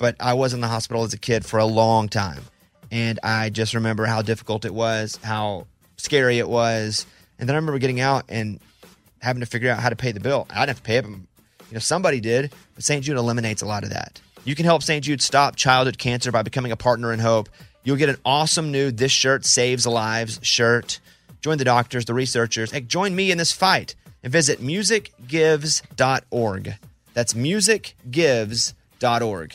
S1: but I was in the hospital as a kid for a long time. And I just remember how difficult it was, how scary it was. And then I remember getting out and having to figure out how to pay the bill. I didn't have to pay it, but you know, somebody did. But St. Jude eliminates a lot of that. You can help St. Jude stop childhood cancer by becoming a partner in hope. You'll get an awesome new This Shirt Saves Lives shirt. Join the doctors, the researchers, and join me in this fight and visit musicgives.org. That's musicgives.org.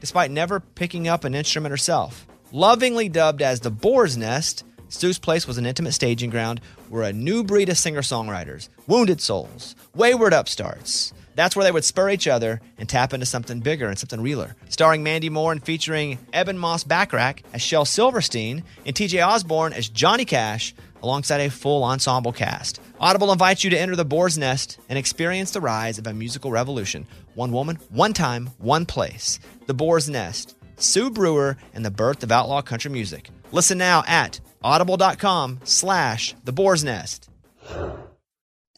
S1: despite never picking up an instrument herself. Lovingly dubbed as the Boar's Nest, Sue's Place was an intimate staging ground where a new breed of singer songwriters, wounded souls, wayward upstarts, that's where they would spur each other and tap into something bigger and something realer. Starring Mandy Moore and featuring Eben Moss Backrack as Shel Silverstein and TJ Osborne as Johnny Cash, alongside a full ensemble cast. Audible invites you to enter the boar's nest and experience the rise of a musical revolution. One woman, one time, one place. The boar's nest, Sue Brewer, and the birth of outlaw country music. Listen now at audible.com slash the boar's nest.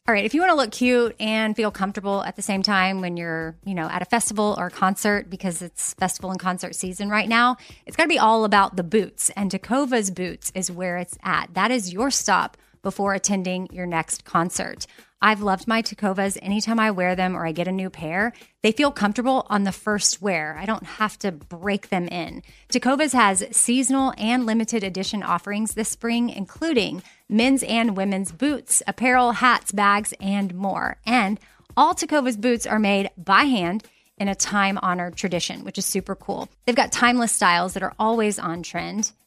S2: All right, if you want to look cute and feel comfortable at the same time when you're, you know, at a festival or a concert because it's festival and concert season right now, it's got to be all about the boots. And Takova's Boots is where it's at. That is your stop before attending your next concert. I've loved my Takovas anytime I wear them or I get a new pair. They feel comfortable on the first wear. I don't have to break them in. Takovas has seasonal and limited edition offerings this spring, including men's and women's boots, apparel, hats, bags, and more. And all Takovas boots are made by hand in a time honored tradition, which is super cool. They've got timeless styles that are always on trend.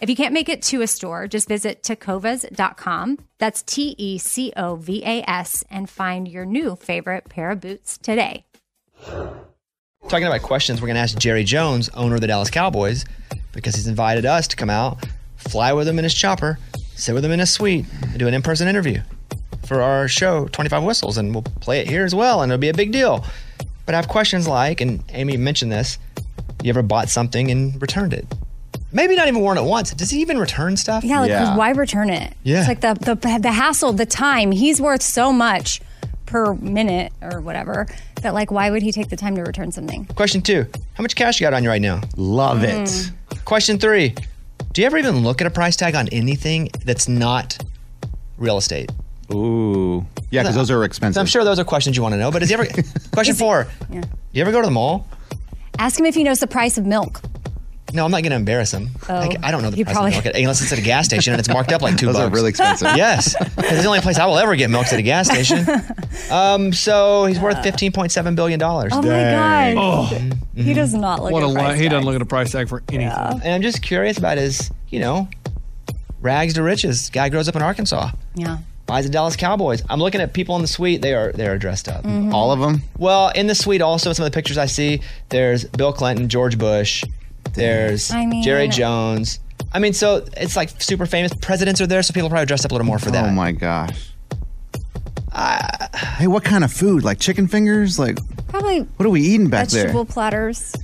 S2: If you can't make it to a store, just visit tacovas.com. That's T E C O V A S and find your new favorite pair of boots today.
S1: Talking about questions, we're going to ask Jerry Jones, owner of the Dallas Cowboys, because he's invited us to come out, fly with him in his chopper, sit with him in his suite, and do an in person interview for our show, 25 Whistles, and we'll play it here as well, and it'll be a big deal. But I have questions like, and Amy mentioned this you ever bought something and returned it? Maybe not even worn it once. Does he even return stuff?
S2: Yeah, like 'cause why return it?
S1: Yeah.
S2: It's like the, the the hassle, the time. He's worth so much per minute or whatever that like why would he take the time to return something?
S1: Question two How much cash you got on you right now? Love
S2: it. Mm.
S1: Question three Do you ever even look at a price tag on anything that's not real estate? Ooh.
S5: Yeah, 'cause those are expensive.
S1: I'm sure those are questions you want to know, but is you
S5: (laughs)
S1: ever. question four
S2: Yeah.
S1: Do you ever go to the mall?
S2: Ask him if he knows the price of milk.
S1: No, I'm not going to embarrass him.
S2: Oh,
S1: Like, I don't know the
S2: you
S1: price
S2: probably-
S1: of milk unless it's at a gas station and it's marked up like two
S5: Those are
S1: bucks.
S5: really expensive.
S1: (laughs) yes, 'cause it's the only place I will ever get milked at a gas
S2: (laughs)
S1: station. Um, so he's worth 15.7 billion
S2: (laughs)
S1: dollars.
S2: Uh. Oh my god. He does not look
S1: Oh. What
S2: at
S1: a
S2: price
S1: lie. He doesn't
S6: look at a price tag for anything.
S1: And I'm just curious about his, you know, rags to riches. Guy grows up in Arkansas.
S2: Yeah.
S1: buys the Dallas Cowboys. I'm looking at people in the suite. They are they are dressed up.
S2: Mm-hmm.
S5: Mhm. All of them.
S1: Well, in the suite also in some of the pictures I see, there's Bill Clinton, George Bush, there's
S2: I mean-
S1: Jerry Jones. I mean, so it's like super famous presidents are there, so people probably dressed up a little more for that.
S5: Oh my gosh. hey, what kind of food? Like chicken fingers? Like
S2: Probably
S5: what are we eating back
S2: vegetable
S5: there?
S2: platters.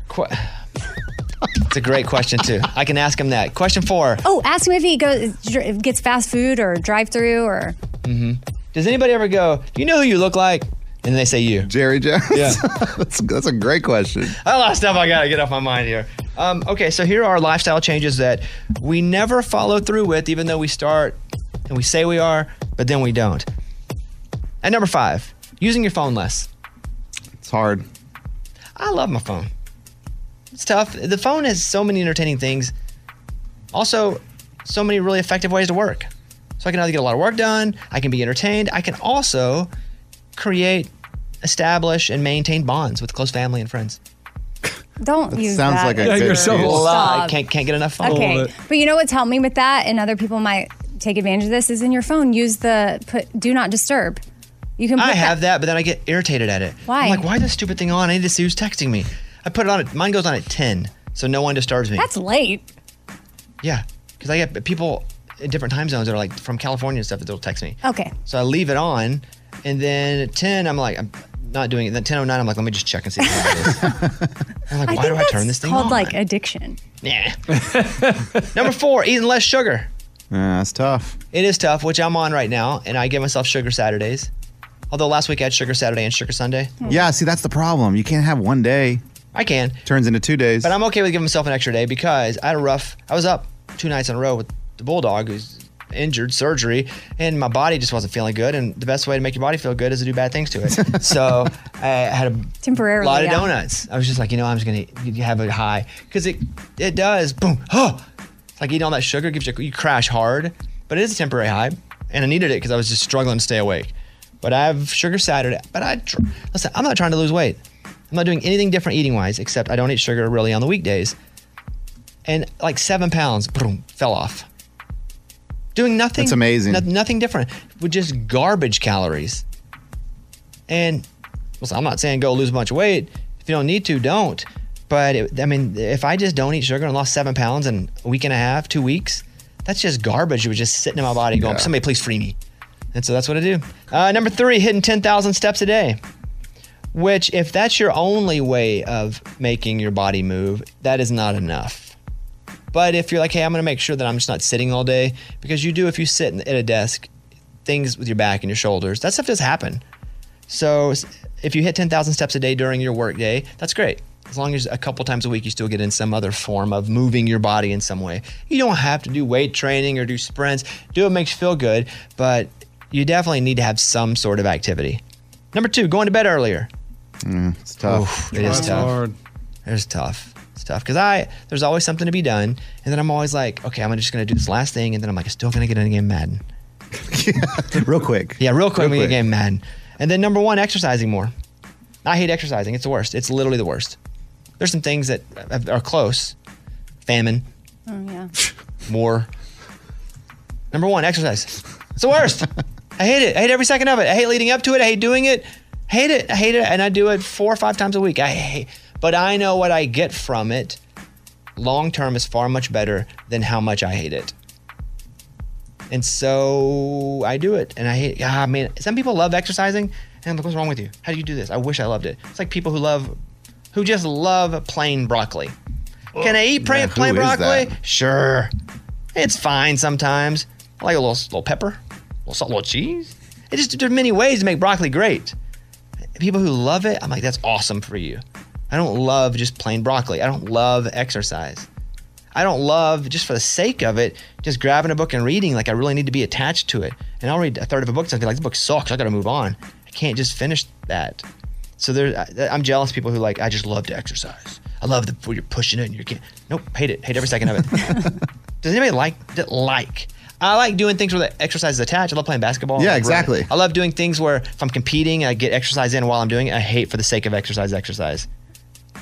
S1: It's a great question too. I can ask him that. Question four.
S2: Oh, ask him if he goes dr- gets fast food or drive through or
S1: hmm Does anybody ever go? You know who you look like? And they say you,
S5: Jerry Jones.
S1: Yeah,
S5: (laughs) that's that's a great question.
S1: A lot of stuff I gotta get off my mind here. Um, okay, so here are lifestyle changes that we never follow through with, even though we start and we say we are, but then we don't. And number five, using your phone less.
S5: It's hard.
S1: I love my phone. It's tough. The phone has so many entertaining things. Also, so many really effective ways to work. So I can either get a lot of work done, I can be entertained, I can also create, establish, and maintain bonds with close family and friends.
S2: don't use
S1: sounds
S2: that.
S1: like a Yeah, good you're so excuse. low. I
S2: Stop.
S1: can't- can't get enough phone. Love
S2: Okay,
S1: it.
S2: but you know what's helped me with that, and other people might take advantage of this is in your phone. Use the put do not disturb. You can. Put
S1: I have that, but then I get irritated at it.
S2: Why?
S1: I'm like, why is this stupid thing on? I need to see who's texting me. I put it on at mine goes on at ten, so no one disturbs me.
S2: That's late.
S1: yeah, because I get people in different time zones that are like from California and stuff that they'll text me.
S2: Okay.
S1: So I leave it on, and then at ten, I'm like, I'm not doing it. Then ten oh nine, I'm like, let me just check and see. What
S2: (laughs)
S1: it is. I'm like,
S2: I think
S1: why do I
S2: that's
S1: turn this thing
S2: called
S1: on?
S2: like addiction.
S1: yeah. Number four, eating less sugar.
S5: Yeah, that's tough.
S1: It is tough, which I'm on right now, and I give myself sugar Saturdays. Although last week I had sugar Saturday and sugar Sunday.
S5: Yeah, see that's the problem. You can't have one day.
S1: I can.
S5: Turns into two days.
S1: But I'm okay with giving myself an extra day because I had a rough. I was up two nights in a row with the bulldog who's injured surgery, and my body just wasn't feeling good. And the best way to make your body feel good is to do bad things to
S5: (laughs)
S1: it. so I had a
S2: Temporarily.
S1: lot of
S2: yeah.
S1: donuts. I was just like, you know, I'm just gonna you have a high because it it does. Boom. (gasps) Oh, it's like eating all that sugar gives you you crash hard, but it is a temporary high, and I needed it because I was just struggling to stay awake. But I have sugar Saturday. But I tr- listen. I'm not trying to lose weight. I'm not doing anything different eating wise except I don't eat sugar really on the weekdays. And like seven pounds, boom, fell off. Doing nothing.
S5: That's amazing.
S1: no- nothing different with just garbage calories. And listen, I'm not saying go lose a bunch of weight. If you don't need to, don't. But it, I mean, if I just don't eat sugar and lost seven pounds in a week and a half, two weeks, that's just garbage. It was just sitting in my body going,
S4: Yeah.
S1: somebody please free me. And so that's what I do. Uh, number three, hitting 10,000 steps a day. Which, if that's your only way of making your body move, that is not enough. But if you're like, hey, I'm going to make sure that I'm just not sitting all day, because you do if you sit in- at a desk, things with your back and your shoulders, that stuff does happen. So s- if you hit 10,000 steps a day during your workday, that's great. As long as a couple times a week you still get in some other form of moving your body in some way. You don't have to do weight training or do sprints. Do what makes you feel good, but you definitely need to have some sort of activity. Number two, going to bed earlier.
S5: Mm, it's tough.
S1: Oof, it is tough. It's tough. It's tough because I there's always something to be done, and then I'm always like, okay, I'm just gonna do this last thing, and then I'm like, I'm still gonna get in a game of Madden.
S5: (laughs) real quick.
S1: Yeah, real quick,
S5: Real
S1: we get a
S5: quick.
S1: game of Madden. And then number one, exercising more. I hate exercising. It's the worst. It's literally the worst. There's some things that have- are close. Famine,
S2: Oh
S1: (laughs)
S2: yeah.
S1: more. Number one, exercise. It's the worst. I hate it. I hate every second of it. I hate leading up to it. I hate doing it. Hate it. I hate it. And I do it four or five times a week. I hate. But I know what I get from it. Long term is far much better than how much I hate it. And so I do it. And I hate. Ah, man. Some people love exercising. And I'm like, what's wrong with you? How do you do this? I wish I loved it. It's like people who love, who just love plain broccoli. Can I eat plain,
S4: who
S1: plain
S4: is
S1: broccoli?
S4: that?
S1: Sure. It's fine sometimes. I like a little little pepper, a little salt, a little cheese. It just there's many ways to make broccoli great. People who love it, I'm like, that's awesome for you. I don't love just plain broccoli. I don't love exercise. I don't love just for the sake of it, just grabbing a book and reading. Like I really need to be attached to it. And I'll read a third of a book. Something like this book sucks. I got to move on. I can't just finish that. So there, I, I'm jealous of people who like I just love to exercise. I love the where you're pushing it and you're getting. Nope, hate it. Hate every second of it. (laughs) Does anybody like that? Like. I like doing things where the exercise is attached. I love playing basketball. I
S5: Yeah,
S1: love
S5: exactly.
S1: running. I love doing things where if I'm competing, I get exercise in while I'm doing it. I hate for the sake of exercise, exercise.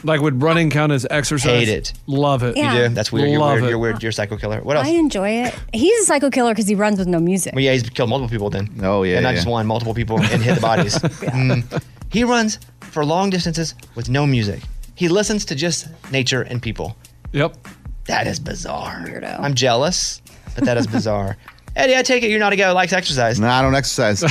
S6: Like, would running count as exercise?
S1: Hate it.
S6: Love it.
S2: You Yeah. do?
S1: That's weird. You're
S6: Love
S1: weird.
S6: it.
S1: You're weird. You're a psycho killer. What else?
S2: I enjoy it. He's a psycho killer because he runs with no music.
S1: Well, yeah, he's killed multiple people then. Oh, yeah. And not
S2: yeah.
S1: just one, multiple people and hit the (laughs) bodies. Mm. He runs for long distances with no music. He listens to just nature and people.
S6: Yep.
S1: That is bizarre. Weirdo. I'm jealous, but (laughs) that is bizarre. Eddie, I take it you're not a guy who likes exercise.
S5: No, I don't exercise.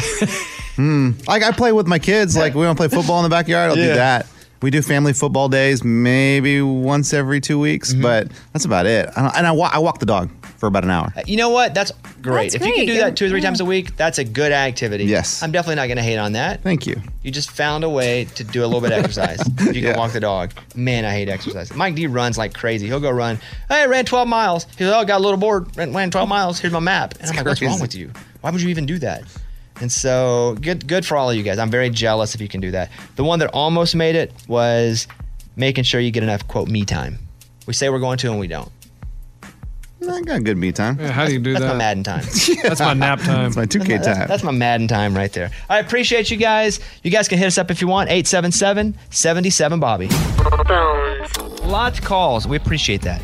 S5: Hmm. Like I play with my kids. Like we want to play football in the backyard. I'll
S1: Yeah.
S5: do that. We do family football days maybe once every two
S1: Mm-hmm.
S5: weeks, but that's about it. I don't, and I, wa- I walk the dog for about an hour.
S1: Uh, You know what? That's great.
S5: That's
S1: if you can
S5: great.
S1: do that two or three
S5: Yeah.
S1: times a week, that's a good activity. Yes. I'm definitely not going to hate on that.
S5: Thank you.
S1: You just found a way to do a little bit of
S5: (laughs)
S1: exercise. you can walk the dog. Man, I hate exercise. Mike D runs like crazy. He'll go run. Hey, I ran 12 miles. He's oh, got a little bored. Ran, ran 12 miles. Here's my map. And I'm like, what's wrong
S23: crazy.
S1: with you? Why would you even do that? And so good, good for all of you guys. I'm very jealous if you can do that. The one that almost made it was making sure you get enough quote me time. We say we're going to and we don't.
S5: I got good me time.
S1: Yeah, how do you do That's my that?
S6: (laughs)
S1: Madden time.
S6: That's my nap time.
S5: That's my 2K
S1: That's-
S5: time.
S1: That's my Madden time right there. I appreciate you guys. You guys can hit us up if you want. 877 77 Bobby. Lots of calls. We appreciate that.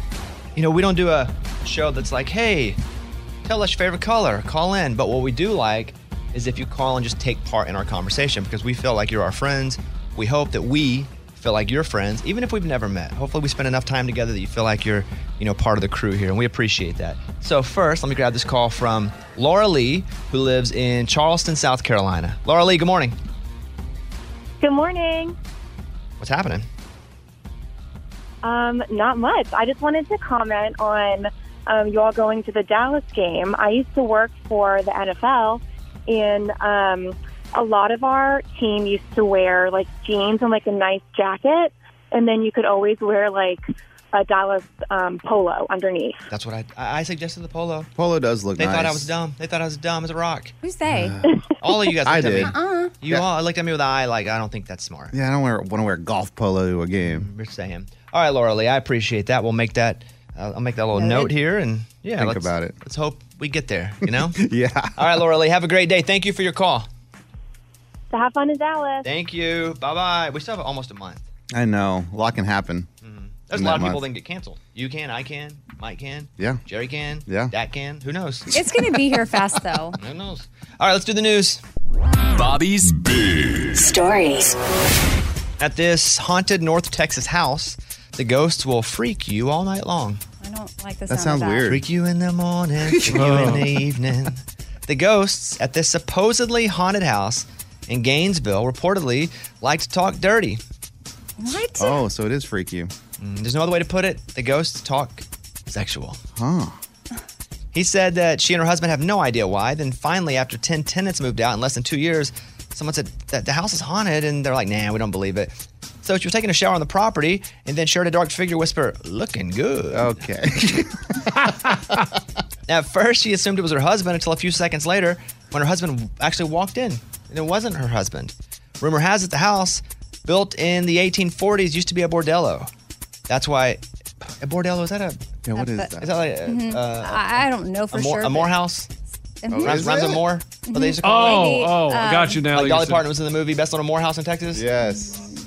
S1: You know, we don't do a show that's like, hey, tell us your favorite color, call in. But what we do like is if you call and just take part in our conversation because we feel like you're our friends. We hope that we feel like you're friends, even if we've never met. Hopefully, we spend enough time together that you feel like you're, you know, part of the crew here, and we appreciate that. So first, let me grab this call from Laura Lee, who lives in Charleston, South Carolina. Laura Lee, good morning.
S24: Good morning.
S1: What's happening?
S24: Um, not much. I just wanted to comment on um, you all going to the Dallas game. I used to work for the NFL, and um, a lot of our team used to wear like jeans and like a nice jacket, and then you could always wear like a Dallas um, polo underneath.
S1: That's what I I I suggested the polo.
S5: Polo does look
S1: They
S5: nice.
S1: thought I was dumb. They thought I was dumb as a rock.
S2: Who's they?
S1: All of
S5: (laughs)
S1: you guys.
S5: I
S1: looked at
S5: did.
S1: me.
S2: Uh-uh.
S1: You all looked at me with the eye like I don't think that's smart.
S5: Yeah, I don't want to wear golf polo to a game.
S1: You're saying. All right, Laura Lee, I appreciate that. We'll make that. Uh, I'll make that little
S5: Noted.
S1: note here, and yeah,
S5: Think
S1: let's,
S5: about it.
S1: Let's hope we get there. You know.
S5: (laughs) yeah.
S1: All right, Laura Lee, have a great day. Thank you for your call.
S24: So have fun in Dallas.
S1: Thank you. Bye bye. We still have almost a month.
S5: I know. A lot can happen.
S1: Mm-hmm. There's
S5: in
S1: a lot
S5: that
S1: of people that
S5: month.
S1: can get canceled. You can, I can, Mike can,
S5: Yeah.
S1: Jerry can,
S5: Yeah.
S1: Dak can. Who knows?
S2: It's going to be here
S1: (laughs)
S2: fast, though.
S1: Who knows? All right, let's do the news.
S25: Bobby's Big
S26: Stories.
S1: At this haunted North Texas house, the ghosts will freak you all night long.
S2: I don't like this.
S1: Freak you in the morning, freak you
S5: Oh.
S1: in
S5: (laughs)
S1: the evening. The ghosts at this supposedly haunted house in Gainesville reportedly like to talk dirty. Mm,
S2: What?
S5: Oh, so it is freaky.
S1: There's no other way to put it. The ghosts talk sexual.
S5: Huh.
S1: He said that she and her husband have no idea why. Then finally, after 10 tenants moved out in less than two years, someone said that the house is haunted, and they're like, nah, we don't believe it. So she was taking a shower on the property and then she heard a dark figure whisper, looking good. (laughs)
S5: Okay.
S1: At first, she assumed it was her husband until a few seconds later when her husband actually walked in and it wasn't her husband. Rumor has it the house, built in the 1840s, used to be a bordello. That's why. A bordello, is that a.
S5: Yeah, what is
S1: Is
S5: that?
S1: that like a.
S2: Mhm.
S1: uh,
S2: I, I don't know for
S1: a more,
S2: sure.
S1: a
S2: but-
S1: more house. Oh,
S5: Oh,
S2: Mhm.
S1: Rhymes,
S2: Is
S1: rhymes with
S2: it?
S1: more. What they used to
S2: Mhm.
S1: call
S2: Maybe,
S1: it.
S2: Oh, oh, I got um, you now that
S1: Like
S2: you
S1: Dolly
S2: said-
S1: Parton was in the movie Best on a Moore House in Texas.
S5: Yes.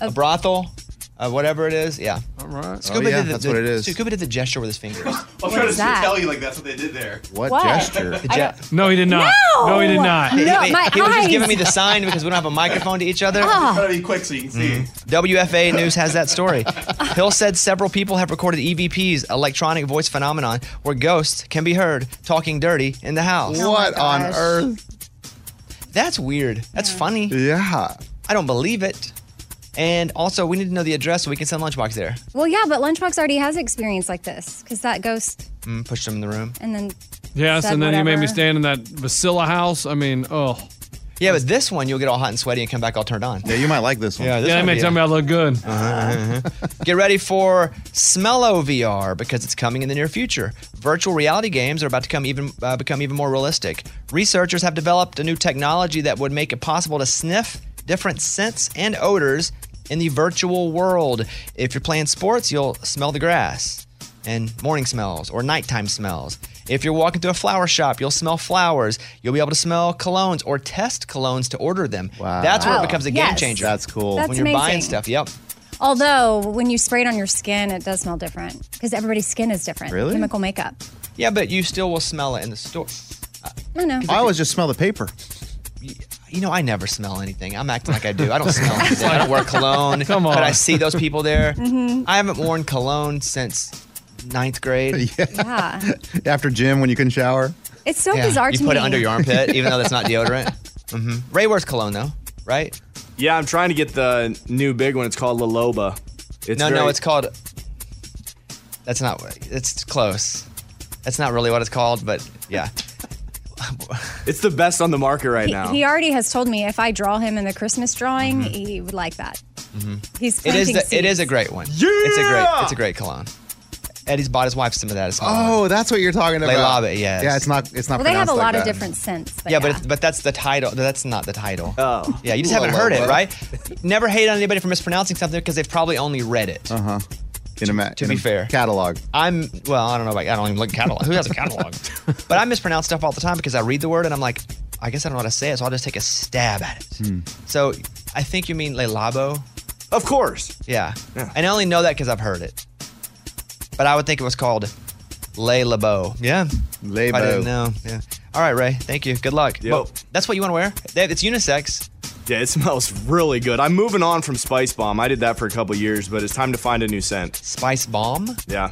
S1: A, brothel, uh, whatever it is. Yeah. All
S6: right.
S1: Scuba
S5: Oh, yeah,
S1: did the,
S5: that's what it is.
S1: Scuba did the gesture with his fingers.
S4: I'm
S2: trying to that? tell
S4: you, like, that's what they did there.
S5: What,
S2: What?
S1: gesture?
S2: I don't-
S6: No, he did not.
S2: No!
S6: he did not.
S1: He- he,
S2: my
S1: he was just
S2: eyes.
S1: giving me the sign because we don't have a microphone to each other. Mm-hmm.
S2: Ah. Try
S4: to be quick so you can see.
S1: WFA News has that story. Hill said several people have recorded EVPs, electronic voice phenomenon, where ghosts can be heard talking dirty in the house.
S5: Oh my What on gosh.
S1: earth? That's weird. That's funny.
S5: Yeah.
S1: I don't believe it. And also, we need to know the address so we can send Lunchbox there.
S2: Well, yeah, but Lunchbox already has experience like this because that ghost
S1: Mm, pushed him in the room.
S2: and then
S6: Yes,
S2: said
S6: and then he made me
S2: whatever.
S6: stand in that Vasilla house. I mean, oh.
S1: Yeah, but this one you'll get all hot and sweaty and come back all turned on.
S5: Yeah, you might like this one.
S1: Yeah, this
S6: yeah, they
S1: might
S6: may
S1: be
S6: tell
S1: it.
S6: me I look good.
S1: Get ready for Smello VR because it's coming in the near future. Virtual reality games are about to come even uh, become even more realistic. Researchers have developed a new technology that would make it possible to sniff different scents and odors in the virtual world. If you're playing sports, you'll smell the grass and morning smells or nighttime smells. If you're walking through a flower shop, you'll smell flowers. You'll be able to smell colognes or test colognes to order them. Wow. That's where it
S2: Wow.
S1: becomes a game
S2: Yes.
S1: changer.
S2: That's cool. That's
S1: when you're buying
S2: amazing.
S1: stuff, yep.
S2: Although when you spray it on your skin, it does smell different because everybody's skin is different.
S1: Really?
S2: Chemical makeup.
S1: Yeah, but you still will smell it in the store.
S2: I know.
S5: I always just smell the paper.
S1: You know, I never smell anything. I'm acting like I do. I don't
S2: (laughs)
S1: smell anything. I don't wear cologne.
S5: Come on.
S1: But I see those people there.
S2: Mhm.
S1: I haven't worn cologne since ninth grade.
S2: Yeah.
S5: After gym when you can shower.
S2: It's so
S1: Yeah,
S2: bizarre
S1: you
S2: to
S1: put
S2: me.
S1: it under your armpit, even though
S2: (laughs)
S1: that's not deodorant. hmm Ray wears cologne though, right?
S7: Yeah, I'm trying to get the new big one. It's called La Loba. It's
S1: no, no,
S7: very-
S1: it's called. That's not. what- It's close. That's not really what it's called, but yeah.
S7: (laughs) it's the best on the market right
S2: He, he already has told me if I draw him in the Christmas drawing, he would like that. He's
S1: Mm-hmm. It is.
S2: planting
S1: The, it
S2: seeds.
S1: is a great one. Yeah. It's a great. It's a great cologne. Eddie's bought his wife some of that. As well.
S5: Oh, that's what you're talking
S1: Le
S5: about.
S1: Lave, yes.
S5: Yeah, it's not. It's not.
S2: Well, they have a
S5: pronounced like
S2: lot of
S5: that.
S2: different scents. But
S1: yeah, but it's, but that's the title. That's not the title. Oh, yeah, you just haven't
S5: Well,
S1: heard it,
S5: well.
S1: right? Never hate on anybody for mispronouncing something because they've probably only read it. Uh huh.
S5: Uh-huh. In a ma-
S1: to
S5: in
S1: be
S5: a
S1: fair,
S5: catalog.
S1: I'm well. I don't know. About, I don't even look at catalog. Who has a
S5: (laughs)
S1: catalog? but I mispronounce stuff all the time because I read the word and I'm like, I guess I don't know how to say it, so I'll just take a stab at it. So I think you mean Le Labo.
S7: Of course.
S1: Yeah. And I only know that because I've heard it. But I would think it was called Le Labo. Yeah.
S5: Le
S1: I didn't
S7: Labo.
S1: know. Yeah. All right, Ray. Thank you. Good luck. Well, that's what you want to wear. That- It's unisex.
S7: Yeah, it smells really good. I'm moving on from Spice Bomb. I did that for a couple years, but it's time to find a new scent.
S1: Spice Bomb?
S7: Yeah.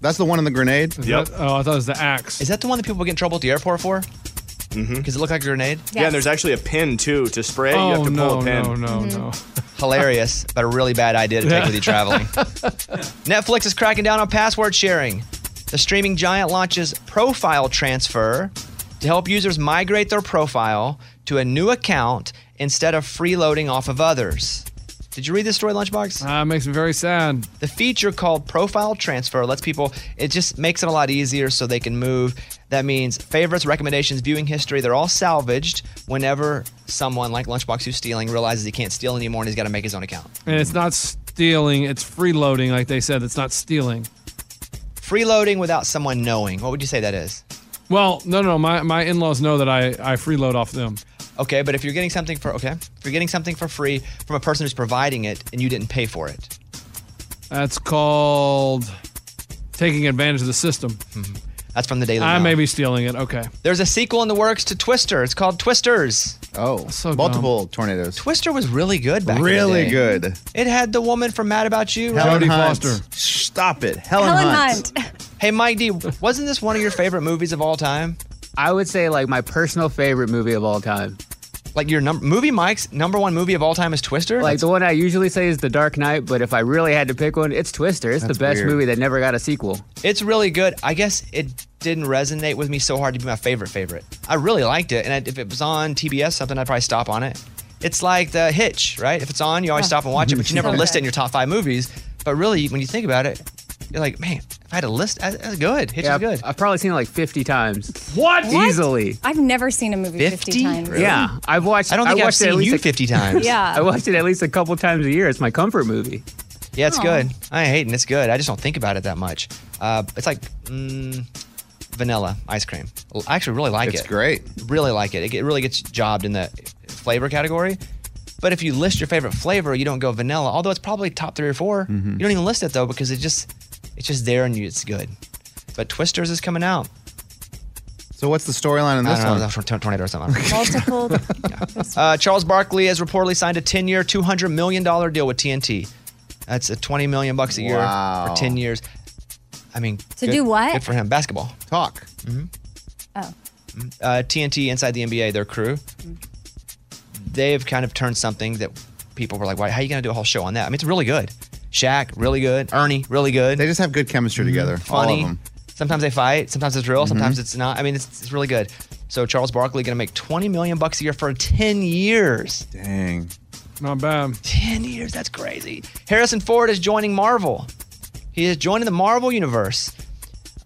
S5: That's the one in the grenade.
S7: Yep.
S1: oh, I thought it was the axe. Is that the one that people get in trouble at the airport for? Mm-hmm. Because it looked like a grenade.
S7: Yeah, and there's actually a pin too to spray. you have to
S6: Oh,
S7: pull a pin.
S1: Oh,
S6: Mm-hmm.
S1: no. Hilarious, but a really bad idea to take with you traveling. Netflix is cracking down on password sharing. The streaming giant launches Profile Transfer to help users migrate their profile to a new account instead of freeloading off of others. Did you read this story, Lunchbox? Uh, it makes me very sad. The feature called Profile Transfer lets people, it just makes it a lot easier so they can move. That means favorites, recommendations, viewing history, they're all salvaged whenever someone like Lunchbox who's stealing realizes he can't steal anymore and he's got to make his own account.
S6: And it's not stealing, it's freeloading, like they said. It's not stealing.
S1: Freeloading without someone knowing. What would you say that is?
S6: Well, no, no, my, my in laws know that I, I freeload off them.
S1: Okay, but if you're getting something for okay, if you're getting something for free from a person who's providing it and you didn't pay for it,
S6: That's called taking advantage of the system.
S1: Mm-hmm. That's from the Daily
S6: I
S1: Mail.
S6: may be stealing it. Okay.
S1: there's a sequel in the works to Twister. It's called Twisters.
S5: Oh,
S1: so
S5: Multiple tornadoes.
S1: Twister was really good back. in the
S5: Really
S1: day.
S5: good.
S1: It had the woman from Mad About You. right?
S5: Helen Hunt. Stop it, Helen, Hunt.
S1: (laughs) hey, Mike D, wasn't this one of your favorite movies of all time?
S10: I would say like my personal favorite movie of all time.
S1: Like your number movie, Mike's number one movie of all time is Twister.
S10: Like the one I usually say is The Dark Knight, but if I really had to pick one, it's Twister. It's
S1: That's
S10: the best
S1: weird.
S10: movie that never got a sequel.
S1: It's really good. I guess it didn't resonate with me so hard to be my favorite favorite. I really liked it, and I, if it was on TBS something, I'd probably stop on it. It's like the Hitch, right? If it's on, you always
S6: Yeah.
S1: stop and watch it,
S6: (laughs)
S1: but you never
S6: So
S1: list
S6: good.
S1: it in your top five movies. But really, when you think about it, you're like, man, if I had a list, that- that's good. Hitch
S10: Yeah,
S1: is good.
S10: I've probably seen it like 50 times.
S6: What?
S10: Easily.
S2: I've never seen a movie 50, times.
S10: Yeah, I've watched.
S1: I don't think I've
S10: watched it at
S1: seen
S10: least
S1: you
S10: a-
S1: 50 times.
S2: Yeah.
S10: I watched it at least a couple times a year. It's my comfort movie.
S1: Yeah, it's
S10: Aw.
S1: good. I ain't hating. It's good. I just don't think about it that much. Uh, it's like mm, vanilla ice cream. I actually really like
S5: It's
S1: it. great. Really like it. it. get- really gets jobbed in the flavor category. But if you list your favorite flavor, you don't go vanilla. Although it's probably top three or 4
S10: Mm-hmm.
S1: You don't even list it though because it just it's just there and you, it's good. But Twisters is coming out.
S5: So what's the storyline in
S1: I
S5: this
S1: don't know,
S5: one?
S1: that's from Tor- Tornado or something. I don't know.
S2: Multiple.
S1: (laughs) Uh, Charles Barkley has reportedly signed a 10-year, $200 million deal with TNT. That's a 20 million bucks a year
S5: Wow.
S1: for 10 years. I mean,
S2: To do what?
S1: Good for him. Basketball.
S5: Talk.
S1: hmm
S2: Oh.
S1: Uh, TNT inside the NBA, their crew,
S2: Mm-hmm.
S1: they've kind of turned something that people were like, "Why? How are you going to do a whole show on that?" I mean, it's really good. Shaq, really good. Ernie, really good. They
S5: just have good chemistry together. all of
S1: Funny.
S5: them. Mm-hmm.
S1: Sometimes they fight. Sometimes it's real. Sometimes it's not. I mean, it's, it's really good. So Charles Barkley going to make 20 million bucks a year for 10 years.
S5: Dang.
S6: Not bad.
S1: 10 years. That's crazy. Harrison Ford is joining Marvel. He is joining the Marvel Universe.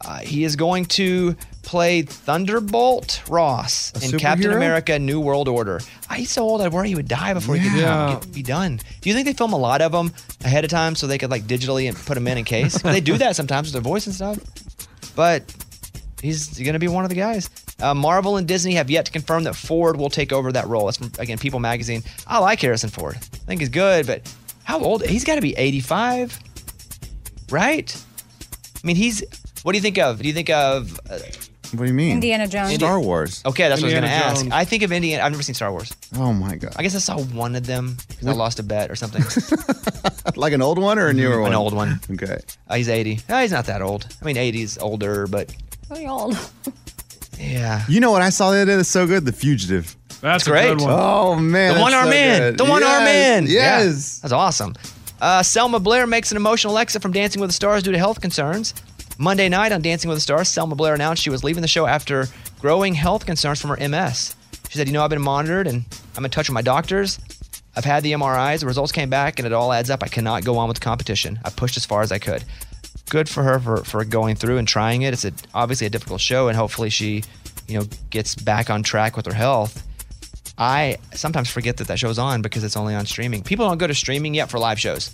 S1: Uh, he is going to play Thunderbolt Ross
S6: A
S1: in Captain
S6: superhero?
S1: America New World Order. I he's so old, I worry he would die before he could
S6: Yeah.
S1: get- be done. Do you think they film a lot of them ahead of time so they could like digitally and put them in in case? 'Cause they do that sometimes with their voice and stuff. But he's going to be one of the guys. Uh, Marvel and Disney have yet to confirm that Ford will take over that role. That's from, again, People Magazine. I like Harrison Ford. I think he's good, but how How old? He's got to be 85, right? I mean, he's. What do you think of? Do you think of? Uh,
S5: What do you mean?
S2: Indiana Jones.
S5: Star Wars.
S1: Okay, that's what I
S5: Indiana
S1: was going
S5: Jones.
S1: to ask. I think of Indiana. I've never seen Star Wars.
S5: Oh my god!
S1: I guess I saw one of them because I lost a bet or something.
S5: like an old one (laughs) or a newer one?
S1: Mm-hmm. An old one.
S5: Okay.
S1: he's 80. Uh, he's not that old. I mean, 80 is older, but
S2: Really old.
S1: Yeah.
S5: You know what I saw the other day that's so good? The Fugitive.
S1: That's a great. good one.
S5: Oh man.
S1: the one arm
S5: arm
S1: man. The one arm man.
S5: Yes.
S1: that's awesome. Uh, Selma Blair makes an emotional exit from Dancing with the Stars due to health concerns. Monday night on Dancing with the Stars, Selma Blair announced she was leaving the show after growing health concerns from her MS. She said, You know, I've been monitored and I'm in touch with my doctors. I've had the MRIs, the results came back, and it all adds up. I cannot go on with the competition. I pushed as far as I could. Good for her for, for going through and trying it. It's a, obviously a difficult show, and hopefully she, you know, gets back on track with her health. I sometimes forget that that show's on because it's only on streaming. People don't go to streaming yet for live shows,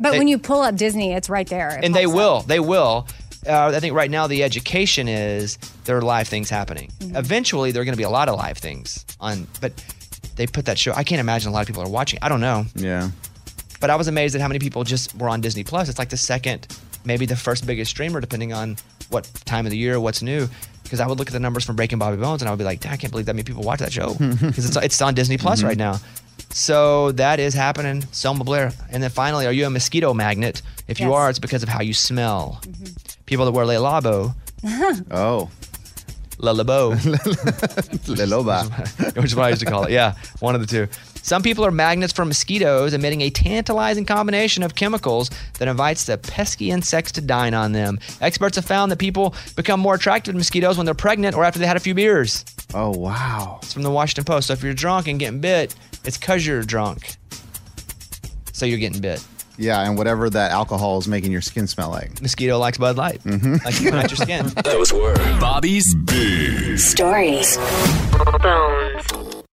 S2: But
S1: They-
S2: when you pull up Disney, it's right there. It
S1: and they
S2: pops up.
S1: will. They will. Uh, I think right now the education is there are live things happening.
S2: Mhm.
S1: Eventually, there are going to be a lot of live things on, but they put that show. I can't imagine a lot of people are watching. I don't know,
S5: Yeah.
S1: but I was amazed at how many people just were on Disney Plus. It's like the second, maybe the first biggest streamer, depending on what time of the year, what's new. Because I would look at the numbers from Breaking Bobby Bones, and I would be like, "Dang, I can't believe that many people watch that show because it's it's on Disney Plus
S5: Mhm.
S1: right now. So that is happening. Selma Blair. And then finally, are you a mosquito magnet? If you
S2: Yes.
S1: are, it's because of how you smell. People that wear Le Labo. (laughs)
S5: Oh.
S1: Le
S5: (laughs)
S1: Labo.
S5: Le Loba.
S1: (laughs) Which is what I used to call it. Yeah, one of the two. Some people are magnets for mosquitoes, emitting a tantalizing combination of chemicals that invites the pesky insects to dine on them. Experts have found that people become more attracted to mosquitoes when they're pregnant or after they had a few beers.
S5: Oh, wow.
S1: It's from the Washington Post. So if you're drunk and getting bit, it's because you're drunk. So you're getting bit.
S5: Yeah, and whatever that alcohol is making your skin smell like.
S1: Mosquito likes Bud Light.
S5: Mm-hmm.
S1: Like you at
S4: (laughs)
S1: your
S5: (laughs)
S1: skin.
S17: Those were Bobby's Big
S3: Stories.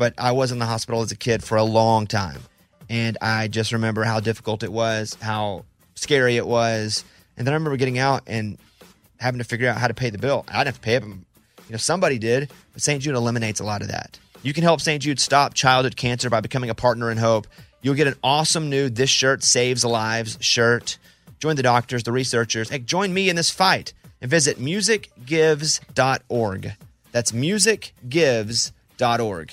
S1: but I was in the hospital as a kid for a long time. And I just remember how difficult it was, how scary it was. And then I remember getting out and having to figure out how to pay the bill. I didn't have to pay it, but you know, somebody did. But St. Jude eliminates a lot of that. You can help St. Jude stop childhood cancer by becoming a partner in hope. You'll get an awesome new This Shirt Saves Lives shirt. Join the doctors, the researchers. Hey, join me in this fight and visit musicgives.org. That's musicgives.org.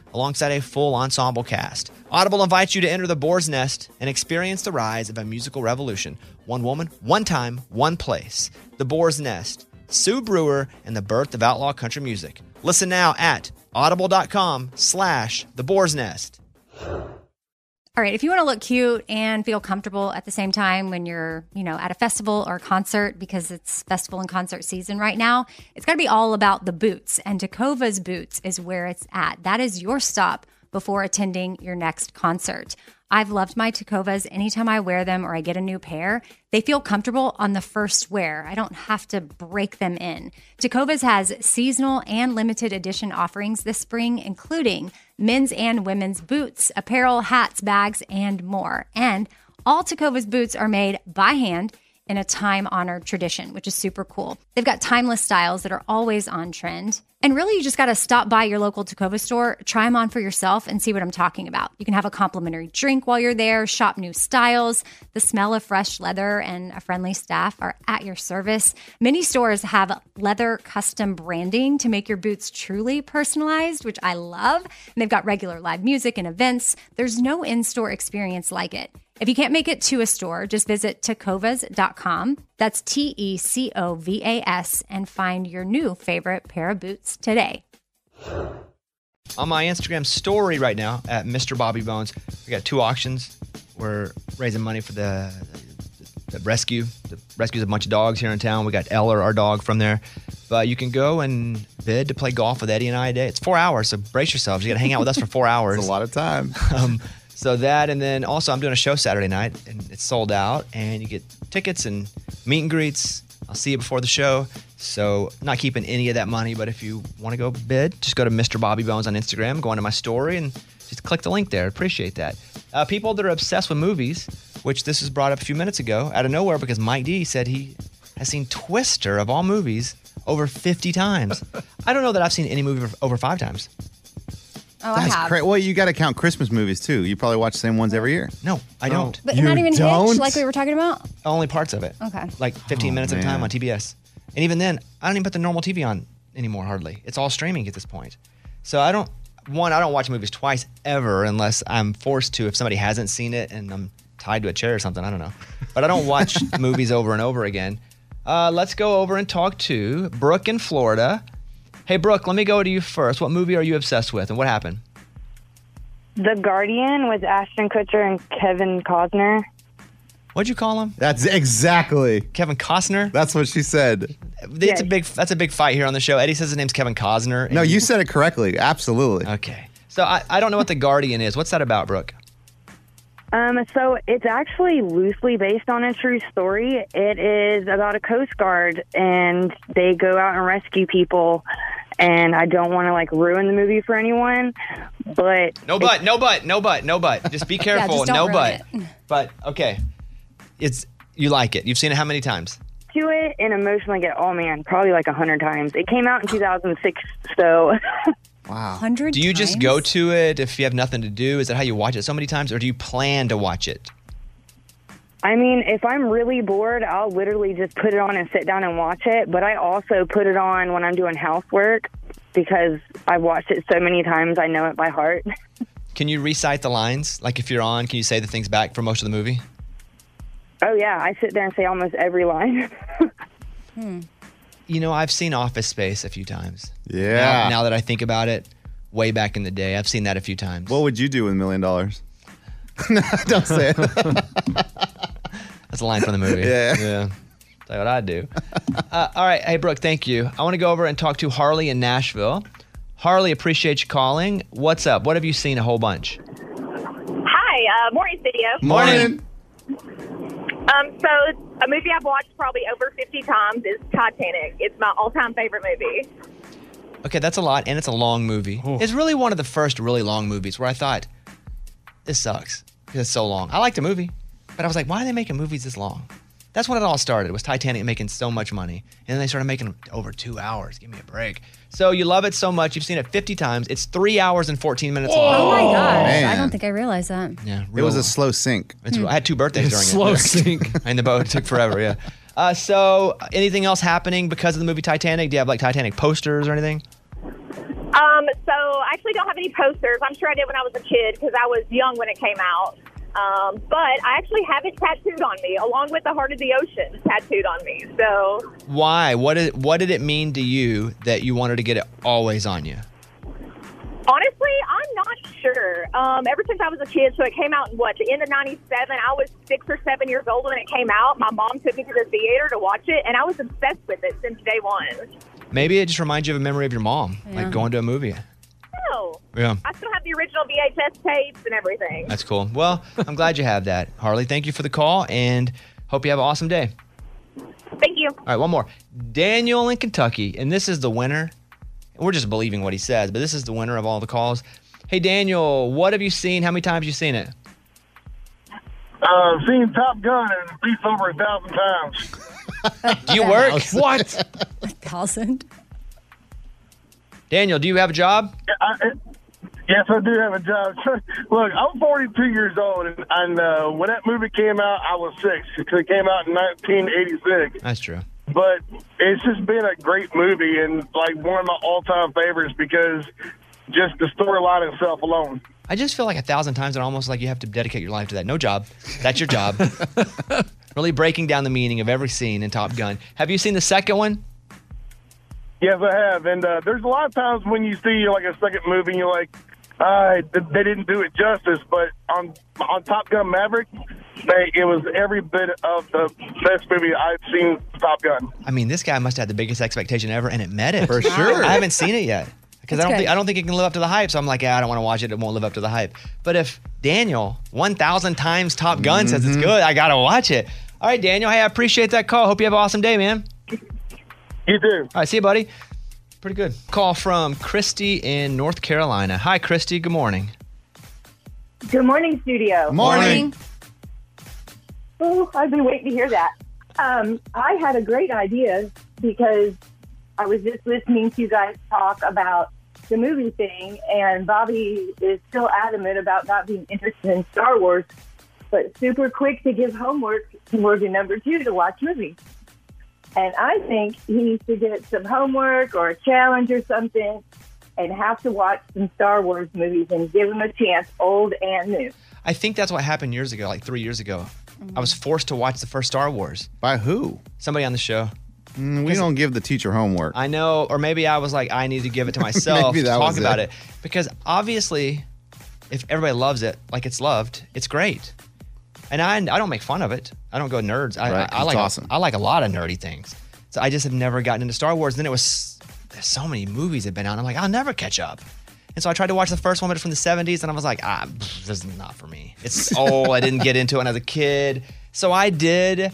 S1: alongside a full ensemble cast. Audible invites you to enter the boar's nest and experience the rise of a musical revolution. One woman, one time, one place. The boar's nest. Sue Brewer and the birth of outlaw country music. Listen now at audible.com slash the boar's nest.
S2: All right, if you want to look cute and feel comfortable at the same time when you're, you know, at a festival or a concert because it's festival and concert season right now, it's got to be all about the boots. And Takova's Boots is where it's at. That is your stop before attending your next concert. I've loved my Takovas anytime I wear them or I get a new pair. They feel comfortable on the first wear. I don't have to break them in. Takovas has seasonal and limited edition offerings this spring, including men's and women's boots, apparel, hats, bags, and more. And all Takovas boots are made by hand in a time honored tradition, which is super cool. They've got timeless styles that are always on trend. And really, you just got to stop by your local Tacova store, try them on for yourself, and see what I'm talking about. You can have a complimentary drink while you're there, shop new styles. The smell of fresh leather and a friendly staff are at your service. Many stores have leather custom branding to make your boots truly personalized, which I love. And they've got regular live music and events. There's no in store experience like it. If you can't make it to a store, just visit tecovas.com. That's T E C O V A S and find your new favorite pair of boots today.
S1: on my Instagram story right now at Mr. Bobby Bones. We got two auctions. We're raising money for the, the, the rescue. The rescues a bunch of dogs here in town. We got Eller, our dog, from there. But you can go and bid to play golf with Eddie and I today. It's four hours, so brace yourselves. You got to hang out with us for four hours. (laughs) It's a lot of time. Um, so that, and then also I'm doing a show Saturday night, and it's sold out. And you get tickets and meet and greets. I'll see you before the show. So not keeping any of that money, but if you want to go bid, just go to Mr. Bobby Bones on Instagram, go into my story, and just click the link there. Appreciate that. Uh, people that are obsessed with movies, which this was brought up a few minutes ago out of nowhere because Mike D said he has seen Twister of all movies over 50 times. I don't know that I've seen any movie over five times.
S2: Oh, I
S5: That's
S2: have.
S5: great. Well, you got to count Christmas movies too. You probably watch the same ones every year.
S1: No, I don't.
S2: But not even Hitch, like we were talking about?
S1: Only parts of it.
S2: Okay.
S1: Like 15
S5: Oh,
S1: minutes at a
S5: man.
S1: time on TBS. And even then, I don't even put the normal TV on anymore, hardly. It's all streaming at this point. So I don't, one, I don't watch movies twice ever unless I'm forced to, if somebody hasn't seen it and I'm tied to a chair or something. I don't know. But I don't
S5: (laughs)
S1: watch movies over and over again. Uh, let's go over and talk to Brooke in Florida. Hey, Brooke, let me go to you first. What movie are you obsessed with and what happened?
S27: The Guardian with Ashton Kutcher and Kevin Costner.
S1: What'd you call him?
S5: That's exactly
S1: Kevin Costner.
S5: That's what she said.
S1: It's a big, that's a big fight here on the show. Eddie says his name's Kevin Cosner.
S5: No, you said it correctly. Absolutely.
S1: Okay. So I, I don't know what the Guardian is. What's that about, Brooke?
S27: Um, so it's actually loosely based on a true story. It is about a Coast Guard, and they go out and rescue people. And I don't want to like ruin the movie for anyone, but
S1: No butt, no butt, no butt, no
S27: (laughs)
S1: butt. Just be careful,
S27: just don't
S1: no
S27: ruin Mm.
S1: butt.
S27: (laughs)
S1: But okay, it's you like it. You've seen it how many times?
S27: to it and emotionally get oh man, probably like a hundred times. It came out in 2006, so (laughs)
S1: Wow.
S2: 100
S1: Do you just go to it if you have nothing to do? Is that how you watch it so many times, or do you plan to watch it?
S27: I mean, if I'm really bored, I'll literally just put it on and sit down and watch it. But I also put it on when I'm doing housework because I've watched it so many times, I know it by heart. (laughs)
S1: Can you recite the lines? Like if you're on, can you say the things back for most of the movie?
S27: Oh, yeah, I sit there and say almost every line. (laughs)
S1: You know, I've seen Office Space a few times.
S5: Yeah.
S1: Now, now that I think about it, way back in the day, I've seen that a few times.
S5: What would you do with a million dollars? (laughs) No, (laughs) Don't say it.
S1: (laughs) That's a line from the movie.
S5: Yeah.
S1: Yeah. That's what I do. Uh, all right. Hey, Brooke, thank you. I want to go over and talk to Harley in Nashville. Harley, appreciate you calling. What's up? What have you seen a whole bunch?
S24: Hi, uh, morning video. Um, so a movie I've watched probably over 50 times is Titanic. It's my all-time favorite movie.
S1: Okay, that's a lot, and it's a long movie. It's really one of the first really long movies where I thought, this sucks because it's so long. I liked the movie, but I was like, why are they making movies this long? That's when it all started was Titanic making so much money, and then they started making them over two hours. Give me a break. So you love it so much, you've seen it 50 times. It's three hours and 14 minutes long.
S2: Oh my gosh. I
S1: man.
S2: don't think I realized that.
S1: Yeah,
S5: It was a slow sink.
S1: It's, I had two birthdays during (laughs)
S5: Slow
S1: it. sink. and the boat took forever. Yeah. Uh, so, anything else happening because of the movie Titanic? Do you have like Titanic posters or anything?
S24: Um, so I actually don't have any posters. I'm sure I did when I was a kid because I was young when it came out. Um, but I actually have it tattooed on me, along with the Heart of the Ocean tattooed on me. So
S1: Why? What did What did it mean to you that you wanted to get it always on you?
S24: honestly, I'm not sure. sure. Um, ever since I was a kid, so it came out in what, the end of 97, I was six or seven years old when it came out. My mom took me to the theater to watch it, and I was obsessed with it since day one.
S1: Maybe it just reminds you of a memory of your mom,
S24: Yeah.
S1: like going to a movie.
S24: Oh.
S1: Yeah.
S24: I still have the original VHS tapes and everything.
S1: That's cool. Well, I'm glad you have that, Harley. Thank you for the call, and hope you have an awesome day.
S24: Thank you.
S1: All right, one more. Daniel in Kentucky, and this is the winner. We're just believing what he says, but this is the winner of all the calls. Hey, Daniel, what have you seen? How many times have you seen it?
S8: Uh, seen Top Gun and at least over a thousand times.
S1: Do (laughs) you work? what?
S8: A thousand?
S1: Daniel, do you have a job?
S8: Yes, I do have a job. (laughs) Look, I'm 42 years old, and, and uh, when that movie came out, I was six because it came out in 1986.
S1: That's true.
S8: But it's just been a great movie and like one of my all-time favorites because just the storyline itself alone.
S1: I just feel like a thousand times, and almost like you have to dedicate your life to that. No job. That's your job. really breaking down the meaning of every scene in Top Gun. Have you seen the second one?
S8: Yes, I have. And uh, there's a lot of times when you see like a second movie, and you're like, uh, th- they didn't do it justice. But on on Top Gun Maverick, they, it was every bit of the best movie I've seen. Top Gun.
S1: I mean, this guy must have had the biggest expectation ever, and it met it (laughs)
S8: For sure.
S1: I haven't seen it yet because I
S8: That's
S1: don't
S8: good.
S1: think I don't think it can live up to the hype. So I'm like, yeah, I don't want to watch it. It won't live up to the hype. But if Daniel 1,000 times Top Gun says it's
S8: Mhm.
S1: good, I gotta watch it. All right, Daniel. Hey, I appreciate that call. Hope you have an awesome day, man.
S8: You too. All
S1: right, see you, buddy. Pretty good. Call from Christy in North Carolina. Hi, Christy. Good morning.
S28: Good morning, studio.
S1: Morning.
S28: Oh, I've been waiting to hear that. Um, I had a great idea because I was just listening to you guys talk about the movie thing, and Bobby is still adamant about not being interested in Star Wars, but super quick to give homework to Morgan number two to watch movies. And I think he needs to get some homework or a challenge or something and have to watch some Star Wars movies and give him a chance, old and new.
S1: I think that's what happened years ago, like three years ago. I was forced to watch the first Star Wars.
S5: By who?
S1: Somebody on the show.
S5: Mm, we don't give the teacher homework.
S1: I know, or maybe I was like, I need to give it to myself
S5: (laughs) Maybe
S1: to
S5: that
S1: talk
S5: was
S1: about
S5: it.
S1: it. Because obviously, if everybody loves it, like it's loved, it's great. And I, I don't make fun of it. I don't go nerds. I,
S5: Right,
S1: I, I
S5: 'cause it's
S1: like
S5: awesome.
S1: I like a lot of nerdy things. So I just have never gotten into Star Wars. And then it was there's so many movies that have been out. I'm like, I'll never catch up. And so I tried to watch the first one, but it's from the 70s, and I was like, ah, pff, this is not for me. It's old. I didn't get into it when I was a kid. So I did.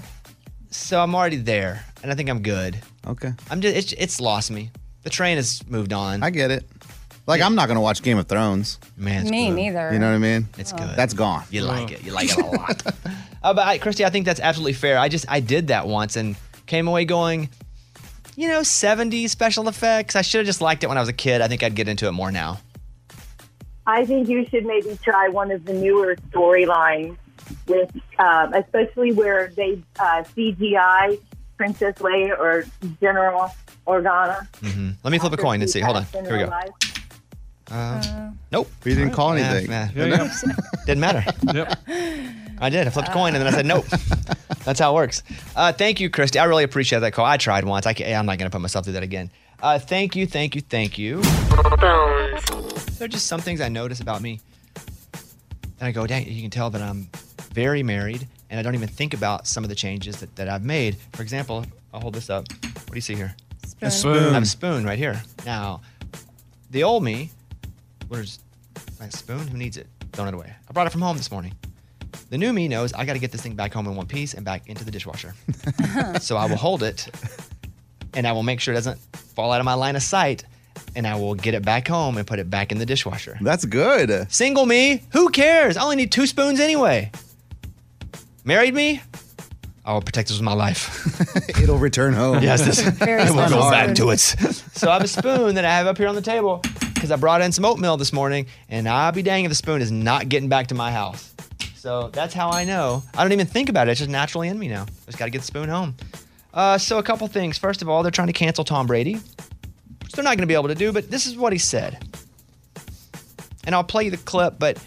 S1: So I'm already there, and I think I'm good.
S5: Okay.
S1: I'm just it's, it's lost me. The train has moved on. I
S5: get it. Like I'm not gonna watch Game of Thrones.
S1: Man,
S2: it's Me good. neither.
S5: You know what I mean?
S1: It's good.
S5: That's gone.
S1: You like it. You like it
S5: (laughs)
S1: a lot. Uh, but I, Christy, I think that's absolutely fair. I just I did that once and came away going, you know, 70s special effects. I should have just liked it when I was a kid. I think I'd get into it more now.
S28: I think you should maybe try one of the newer storylines with, um, especially where they uh, CGI Princess Leia or General Organa.
S1: hmm Let me flip a coin and see. Hold on. Here we go. Uh, nope. We didn't
S5: call anything.
S1: (laughs) Didn't matter. Yep. I did. I flipped a coin and then I said (laughs) nope. That's how it works. Uh, thank you, Christy. I really appreciate that call. I tried once. I can, I'm not going to put myself through that again. Uh, thank you, thank you, thank you. There are just some things I notice about me. And I go, dang, you can tell that I'm very married and I don't even think about some of the changes that, that I've made. For example, I'll hold this up. What do you see here?
S5: Spoon. A spoon.
S1: I have a spoon right here. Now, the old me, where's my spoon? Who needs it? Thrown it away. I brought it from home this morning. The new me knows I got to get this thing back home in one piece and back into the dishwasher. so I will hold it and I will make sure it doesn't fall out of my line of sight and I will get it back home and put it back in the dishwasher.
S5: That's good.
S1: Single me, who cares? I only need two spoons anyway. Married me, I will protect this with my life.
S5: (laughs) It'll return home.
S1: Yes, this, (laughs)
S5: Very
S1: I will
S5: smart.
S1: go back
S5: Hard.
S1: to it. So I
S5: (laughs)
S1: have a spoon that I have up here on the table because I brought in some oatmeal this morning, and I'll be dang if the spoon is not getting back to my house. So that's how I know. I don't even think about it. It's just naturally in me now. Just got to get the spoon home. Uh, so a couple things. First of all, they're trying to cancel Tom Brady, which they're not going to be able to do. But this is what he said, and I'll play you the clip. But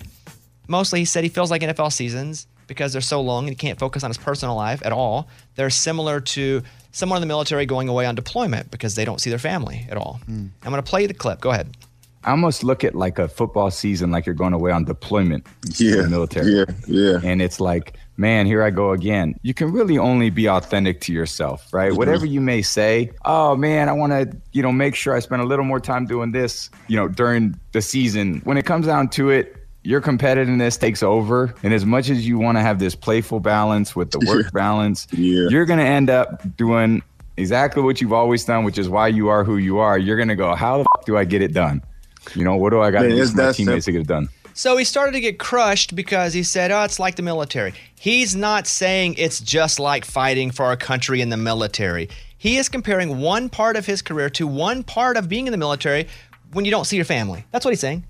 S1: mostly, he said he feels like NFL seasons because they're so long and he can't focus on his personal life at all. They're similar to someone in the military going away on deployment because they don't see their family at all. I'm going to play you the clip. Go ahead.
S11: I almost look at like a football season like you're going away on deployment yeah, the military. Yeah, yeah. And it's like, man, here I go again. You can really only be authentic to yourself, right?
S9: Mhm.
S11: Whatever you may say, oh man, I want to, you know, make sure I spend a little more time doing this, you know, during the season. When it comes down to it, your competitiveness takes over. And as much as you want to have this playful balance with the
S9: (laughs)
S11: work balance, you're going to end up doing exactly what you've always done, which is why you are who you are. You're going to go, how the f- do I get it done? You know, what do I got to
S9: Man,
S11: do
S9: it's
S11: for my
S9: that
S11: teammates to
S9: simple.
S11: get it done?
S1: So he started to get crushed because he said, Oh, it's like the military. He's not saying it's just like fighting for our country in the military. He is comparing one part of his career to one part of being in the military when you don't see your family. That's what he's saying.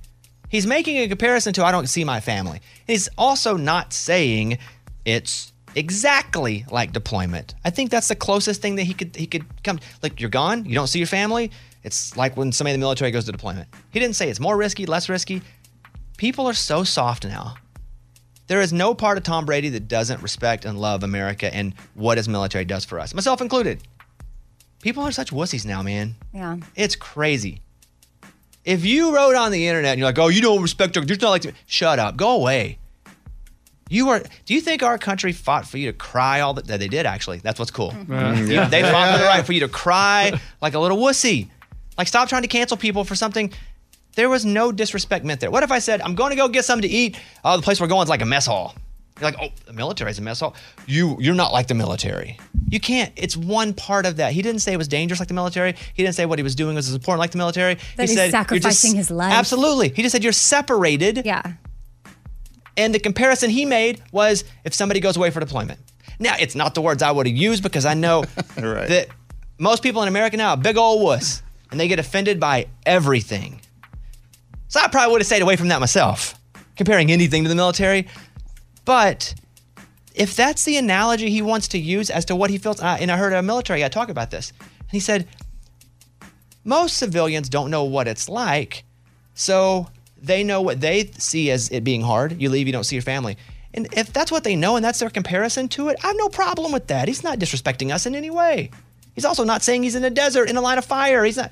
S1: He's making a comparison to I don't see my family. He's also not saying it's exactly like deployment. I think that's the closest thing that he could he could come. Like you're gone, you don't see your family. It's like when somebody in the military goes to deployment. He didn't say it's more risky, less risky. People are so soft now. There is no part of Tom Brady that doesn't respect and love America and what his military does for us, myself included. People are such wussies now, man.
S2: Yeah.
S1: It's crazy. If you wrote on the internet and you're like, oh, you don't respect your, you're not like, shut up, go away. You are. Do you think our country fought for you to cry all the? They did actually. That's what's cool.
S6: Yeah.
S1: You-
S6: Yeah.
S1: They fought for the
S6: Yeah.
S1: right for you to cry like a little wussy. Like stop trying to cancel people for something. There was no disrespect meant there. What if I said I'm going to go get something to eat? Oh, the place we're going is like a mess hall. You're like, oh, the military's a mess hall. You you're not like the military. You can't. It's one part of that. He didn't say it was dangerous like the military. He didn't say what he was doing was important like the military.
S2: That
S1: he
S2: he's
S1: said you're
S2: sacrificing
S1: just,
S2: his life.
S1: Absolutely. He just said you're separated.
S2: Yeah.
S1: And the comparison he made was if somebody goes away for deployment. Now, it's not the words I would have used because I know that most people in America now are big old wuss and they get offended by everything. So I probably would have stayed away from that myself, comparing anything to the military. But if that's the analogy he wants to use as to what he feels, uh, and I heard a military guy talk about this, and he said, most civilians don't know what it's like, so they know what they see as it being hard. You leave, you don't see your family. And if that's what they know and that's their comparison to it, I have no problem with that. He's not disrespecting us in any way. He's also not saying he's in a desert in a line of fire. He's not.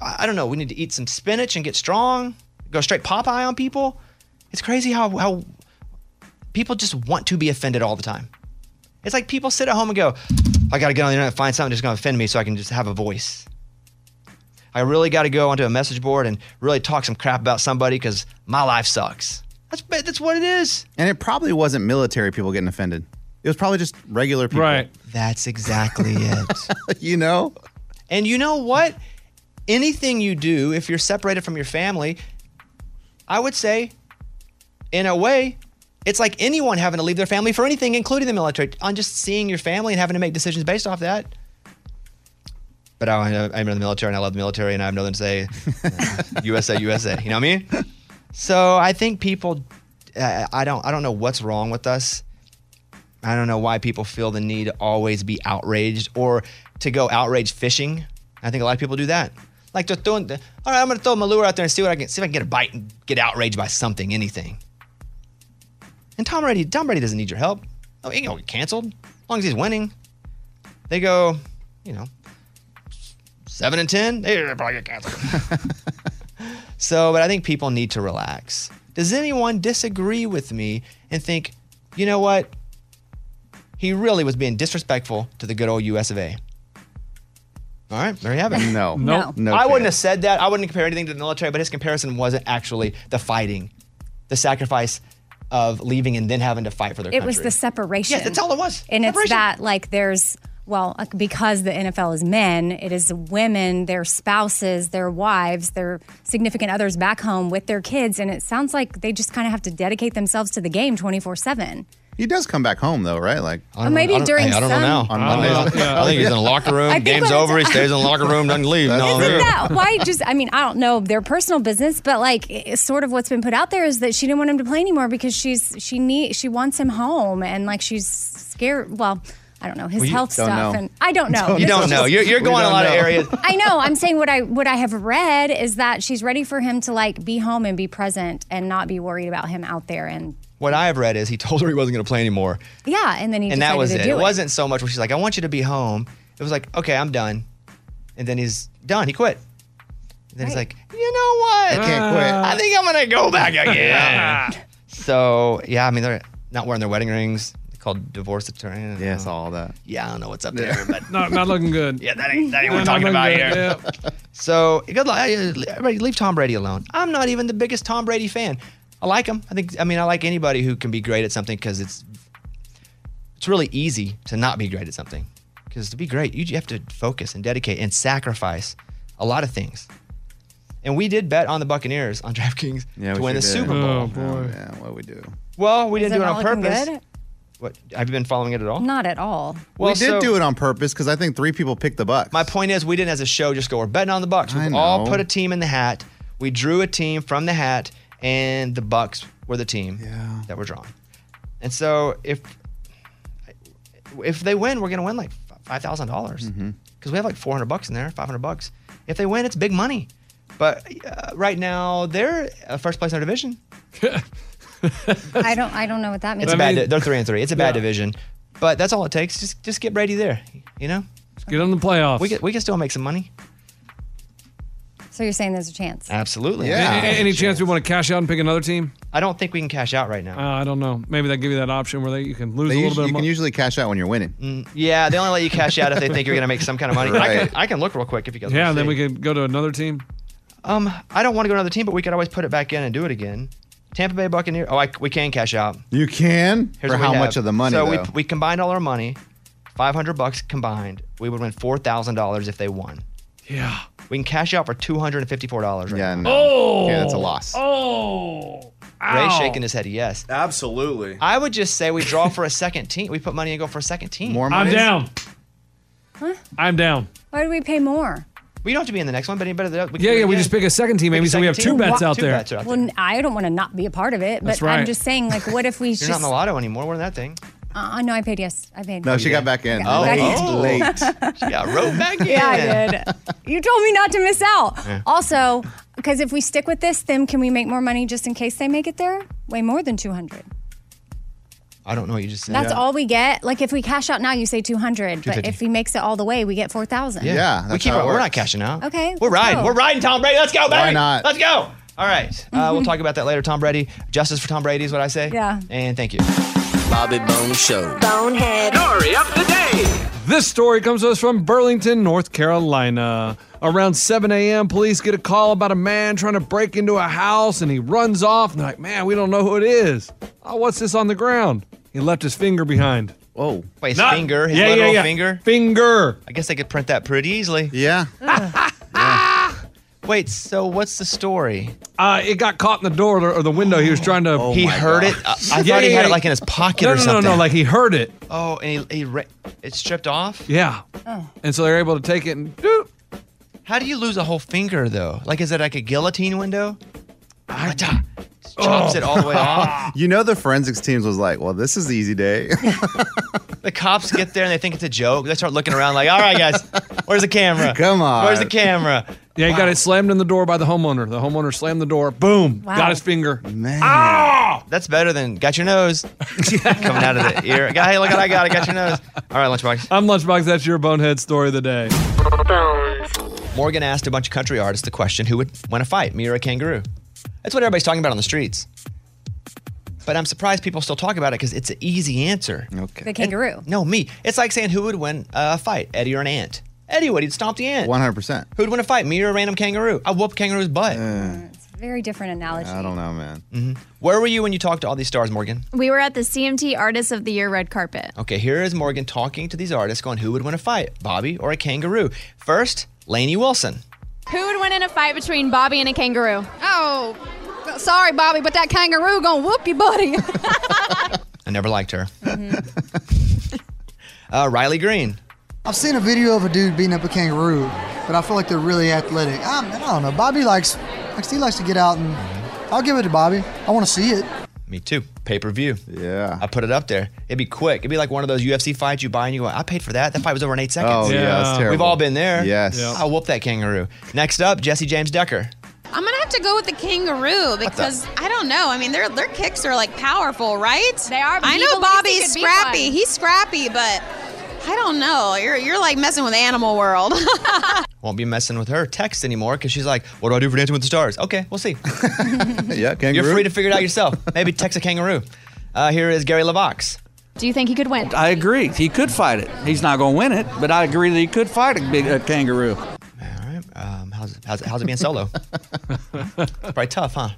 S1: I I don't know. We need to eat some spinach and get strong. Go straight Popeye on people. It's crazy how how people just want to be offended all the time. It's like people sit at home and go, I got to get on the internet and find something that's going to offend me so I can just have a voice. I really got to go onto a message board and really talk some crap about somebody because my life sucks. That's that's what it is.
S5: And it probably wasn't military people getting offended. It was probably just regular people. Right.
S1: That's
S5: (laughs)
S1: exactly it.
S5: you know?
S1: And you know what? Anything you do, if you're separated from your family, I would say, in a way, it's like anyone having to leave their family for anything, including the military, on just seeing your family and having to make decisions based off that. But I, I'm in the military and I love the military and I have nothing to
S5: (laughs)
S1: say. USA, USA. You know what I mean? So I think people, uh, I don't, I don't know what's wrong with us. I don't know why people feel the need to always be outraged or to go outrage fishing. I think a lot of people do that. Like they're throwing, the, all right, I'm gonna throw my lure out there and see what I can see if I can get a bite and get outraged by something, anything. And Tom Brady, Tom Brady doesn't need your help. Oh, he ain't gonna get canceled as long as he's winning. They go, you know, seven and ten, they probably get canceled. (laughs) So, but I think people need to relax. Does anyone disagree with me and think, you know what? He really was being disrespectful to the good old US of A. All right, there you have
S2: (laughs)
S1: it. no,
S5: No. No. No
S1: I wouldn't
S5: chance.
S1: have said that. I wouldn't compare anything to the military, but his comparison wasn't actually the fighting, the sacrifice of leaving and then having to fight for their
S2: it
S1: country.
S2: was the separation.
S1: Yes, that's all it was.
S2: And it's
S1: Separation.
S2: that like there's well like, because the NFL is men, it is women, their spouses, their wives, their significant others back home with their kids, and it sounds like they just kind of have to dedicate themselves to the game twenty four seven.
S5: He does come back home though, right? Like
S2: don't Or know. maybe I don't- during hey, I don't know some- now.
S5: On
S2: I
S5: Mondays.
S2: don't know. Yeah. I think he's in the locker room. I think Game's by the over. He time-
S5: (laughs)
S2: stays in the locker room,
S4: (laughs)
S1: doesn't leave.
S2: Isn't that why? Just I mean, I don't know their personal business, but like it's sort of what's been put out there is that she didn't want him to play anymore because she's she need she wants him home and like she's scared. Well, I don't know his
S1: Well, you
S2: health
S1: don't
S2: stuff
S1: know.
S2: and I don't know.
S1: You
S2: This
S1: don't
S2: is
S1: know.
S2: just-
S1: You're, you're
S2: We
S1: going a
S2: don't
S1: lot of
S2: know.
S1: areas.
S2: I know. I'm saying what I what I have read is that she's ready for him to like be home and be present and not be worried about him out there and
S1: What I have read is he told her he wasn't going to play anymore.
S2: yeah. And then he
S1: and
S2: decided
S1: that was
S2: to
S1: it.
S2: do
S1: It
S2: it.
S1: wasn't so much where she's like, "I want you to be home." It was like, "Okay, I'm done," and then he's done. He quit. then he's like, you know what? I think I'm gonna go back again. so yeah, I mean they're not wearing their wedding rings. They're called divorce attorney. Yeah, it's all that. Yeah, I don't know what's up there, but
S6: Not, not looking good.
S1: Yeah, that ain't, that ain't what we're talking about here. (laughs) So good luck. Everybody, leave Tom Brady alone. I'm not even the biggest Tom Brady fan. I like him. I think. I mean, I like anybody who can be great at something because it's it's really easy to not be great at something. Because to be great, you have to focus and dedicate and sacrifice a lot of things. And we did bet on the Buccaneers on (laughs) DraftKings
S7: Yeah,
S1: to win the Super Bowl.
S7: boy. Oh. Yeah, what we do?
S1: Well, we
S2: Is
S1: didn't do it
S2: not
S1: on
S2: looking
S1: purpose.
S2: good?
S1: What have you been following it at all?
S2: Not at all.
S5: we did do it on purpose because I think three people picked the buck.
S1: My point is, we didn't as a show just go, we're betting on the Bucks.
S5: I
S1: We all
S5: know.
S1: put a team in the hat. We drew a team from the hat, and the Bucks were the team that were drawn. And so if if they win, we're gonna win like five thousand dollars
S5: Mm-hmm.
S1: because we have like four hundred bucks in there, five hundred bucks. If they win, it's big money. But uh, right now, they're uh, first place in their division.
S2: I don't. I don't know what that means.
S1: It's a bad. di- they're three and three. It's a bad division, but that's all it takes. Just just get Brady there. You know, just
S6: get on the playoffs.
S1: We can, we can still make some money.
S2: So you're saying there's a chance?
S1: Absolutely.
S6: A- a- Any, chance we want to cash out and pick another team?
S1: I don't think we can cash out right now.
S6: Uh, I don't know. Maybe they give you that option where they, you can lose
S5: They
S6: a little
S5: usu-
S6: bit. Of
S5: you
S6: money.
S5: can usually cash out when you're winning.
S1: Yeah, they only let you cash out if they think you're going to make some kind of money. I,
S5: Right.
S1: can, I can look real quick if you guys.
S6: yeah,
S1: want
S6: and
S1: to
S6: then
S1: see.
S6: we could go to another team.
S1: Um, I don't want to go to another team, but we could always put it back in and do it again. Tampa Bay Buccaneers. Oh, I, we can cash out.
S5: You can
S1: Here's
S5: for
S1: what we
S5: how
S1: have.
S5: much of the money?
S1: So
S5: though?
S1: we we combined all our money, five hundred bucks combined. We would win four thousand dollars if they won.
S6: Yeah.
S1: We can cash out for two hundred and fifty-four dollars. Right yeah.
S7: no.
S6: Oh.
S7: Yeah, that's a loss.
S6: Oh.
S1: Ray
S6: Ow.
S1: shaking his head yes.
S7: Absolutely.
S1: I would just say we draw for a second team. We put money and go for a second team.
S7: More
S6: I'm down.
S2: Huh?
S6: I'm down.
S2: Why do we pay more?
S1: We don't have to be in the next one, but anybody that we can
S6: Yeah,
S1: do it
S6: yeah. We
S1: again.
S6: just pick a second team, maybe, so we have two bets out there.
S2: Well, n- I don't want to not be a part of it, but
S6: That's right.
S2: I'm just saying, like, what if we
S1: (laughs) You're
S2: just?
S1: not in the lotto anymore. We're in that thing.
S2: Uh, no, I paid. Yes, I paid.
S5: No, she got back in.
S1: Oh,
S5: Late,
S1: oh.
S5: late.
S2: (laughs)
S1: She got
S6: (laughs)
S1: rope back in.
S2: Yeah, I did. You told me not to miss out.
S1: Yeah.
S2: Also, because if we stick with this, then can we make more money just in case they make it there? Way more than 200.
S1: I don't know what you just said.
S2: That's all we get. Like if we cash out now, you say 200, but if he makes it all the way, we get 4,000.
S1: we keep. Our, we're not cashing out.
S2: Okay.
S1: We're riding. We're riding Tom Brady. Let's go, baby.
S2: Why not?
S1: Let's go. All right. Uh,
S6: (laughs)
S1: we'll talk about that later. Tom Brady. Justice for Tom Brady is what I say.
S2: Yeah.
S1: And thank you. Bobby Bone Show.
S12: Bonehead. Story of the day.
S6: This story comes to us from Burlington, North Carolina. Around 7 a.m., police get a call about a man trying to break into a house and he runs off. And they're like, man, we don't know who it is. Oh, what's this on the ground? He left his finger behind.
S1: Whoa. Wait, his
S6: Not-
S1: finger. His
S6: Yeah, yeah,
S1: literal
S6: yeah.
S1: finger.
S6: Finger.
S1: I guess they could print that pretty easily.
S5: Yeah.
S1: Wait. So what's the story? Oh
S6: Uh, it got caught in the door or- or the window. He was trying to.
S2: Oh
S1: he heard it. I, I thought he had it like in his pocket
S6: no,
S1: or
S6: no,
S1: something.
S6: No, no, no. Like he heard it.
S1: Oh, and he, he ra- it stripped off.
S6: Yeah.
S2: Oh.
S6: And so they're able to take it and doop.
S1: How do you lose a whole finger though? Like, is it like a guillotine window? I, chops
S5: Oh.
S1: it all the way off.
S15: (laughs)
S5: you know the forensics teams was like, well, this is the easy day.
S1: (laughs) The cops get there and they think it's a joke. They start looking around like, all right, guys, where's
S6: (laughs)
S1: the camera?
S5: (laughs) Come on.
S1: Where's the camera?
S6: Yeah, he got it slammed in the door by the homeowner. The homeowner slammed the door. Boom.
S1: Wow.
S6: Got his finger. Ah!
S5: Man.
S1: That's better than got your
S6: (laughs)
S1: nose coming out of the ear. Got- Hey, look what I got. I got your nose. All right, Lunchbox.
S6: I'm Lunchbox. That's your bonehead story of the day.
S1: Morgan asked a bunch of country artists the question who would win a fight, me or a kangaroo? That's what everybody's talking about on the streets. But I'm surprised people still talk about it because it's an easy answer. Okay.
S2: The kangaroo.
S1: no, me. It's like saying who would win a fight, Eddie or an ant? Eddie would. He'd stomp the ant.
S5: 100%.
S1: Who'd win a fight, me or a random kangaroo? I whoop kangaroo's butt.
S2: Very different analogy.
S1: don't
S5: know, man.
S1: Where were you when you talked to all these stars, Morgan?
S9: We were at the CMT Artist of the Year red carpet.
S1: Okay, here is Morgan talking to these artists, going, "Who would win a fight, Bobby or a kangaroo?" First, Lainey Wilson.
S9: Who would win in a fight between Bobby and a kangaroo?
S13: Oh, sorry, Bobby, but that kangaroo gonna whoop you, buddy.
S1: I never liked her. (laughs) uh, Riley Green.
S29: I've seen a video of a dude beating up a kangaroo, but I feel like they're really athletic. I, I don't know. Bobby likes, likes, he likes to get out and I'll give it to Bobby. I want to see it.
S1: Me too. Pay per view. Yeah. I put it up there. It'd be quick. It'd be like one of those UFC fights you buy and you go, I paid for that. That fight was over in eight seconds.
S5: Oh, yeah, Yeah. that's terrible.
S1: We've all been there.
S5: Yes. Yep.
S1: I'll whoop that kangaroo. Next up, Jesse James Decker.
S30: I'm gonna have to go with the kangaroo because I don't know. I mean, their their kicks are like powerful, right? They are.
S9: but
S30: I
S9: he
S30: know
S9: believes he
S30: Bobby's scrappy.
S9: could beat one.
S30: He's scrappy, but I don't know. You're you're like messing with animal world. (laughs)
S1: Won't be messing with her text anymore because she's like, "What do I do for Dancing with the Stars?" Okay,
S14: (laughs)
S1: we'll see.
S5: yeah,
S1: kangaroo. You're free to figure it out yourself. Maybe text a kangaroo. Uh, here is Gary Lavox.
S9: (laughs) Do you think he could win?
S15: I agree. He could fight it. He's not going to win it, but I agree that he could fight a big a kangaroo.
S1: Um, how's, it- how's, it- how's it
S15: (laughs)
S1: being solo? it's probably tough, huh?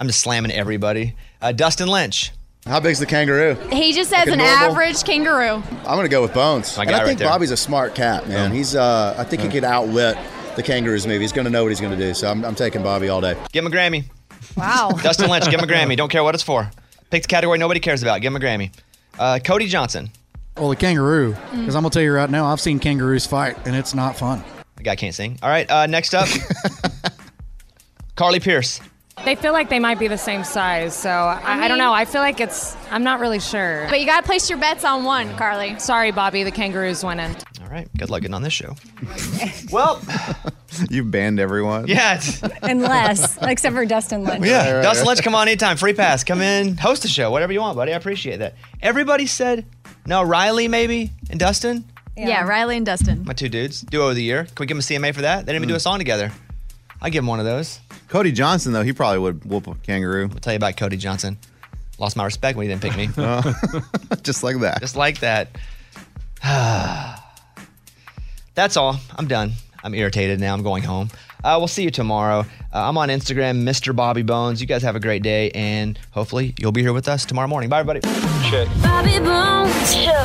S1: I'm just slamming everybody. Uh, Dustin Lynch.
S14: How big's the kangaroo?
S9: He just says
S14: Like a
S9: an
S14: normal-
S9: average kangaroo.
S14: I'm gonna go with Bones.
S1: My
S14: And
S1: guy
S14: I
S1: right
S14: think
S1: there.
S14: Bobby's a smart cat, man. He's uh, I think he could outwit the kangaroos movie. He's gonna know what he's gonna do. So I'm, I'm taking Bobby all day.
S1: Give him a Grammy.
S14: (laughs)
S9: Wow.
S1: Dustin Lynch, give him a Grammy. Don't care what it's for. Pick the category nobody cares about. Give him a Grammy. Uh, Cody Johnson.
S16: (laughs) Well, the kangaroo, because I'm gonna tell you right now, I've seen kangaroos fight, and it's not fun.
S1: The guy can't sing. All right, uh, next
S5: (laughs)
S1: up, Carly Pierce.
S31: They feel like they might be the same size, so I, I, don't
S9: mean-
S31: know. I feel like it's. I'm not really sure.
S9: But you gotta place your bets on one, Carly.
S31: Sorry, Bobby. The kangaroo's winning.
S1: All right, good luck getting on this show. well,
S5: you banned everyone.
S1: Yeah.
S5: (laughs)
S1: it's-
S2: Unless, except for Dustin Lynch.
S1: Yeah, Dustin Lynch, come on anytime. Free pass. Come in, host the show, whatever you want, buddy. I appreciate that. Everybody said, no, Riley maybe, and Dustin,
S9: Yeah, Riley and Dustin.
S1: my two dudes, duo of the year. Can we give them a CMA for that? They
S5: Hmm.
S1: didn't even do a song together. I give him one of those.
S5: Cody Johnson, though, he probably would whoop a kangaroo. I'll
S1: tell you about Cody Johnson. Lost my respect when he didn't pick
S5: (laughs)
S1: me.
S5: Oh. just like that.
S1: Just like that. (sighs) That's all. I'm done. I'm irritated now. I'm going home. Uh, we'll see you tomorrow. Uh, I'm on Instagram, Mr. Bobby Bones. You guys have a great day, and hopefully you'll be here with us tomorrow morning. Bye, everybody. Check.
S12: Bobby Bones Show.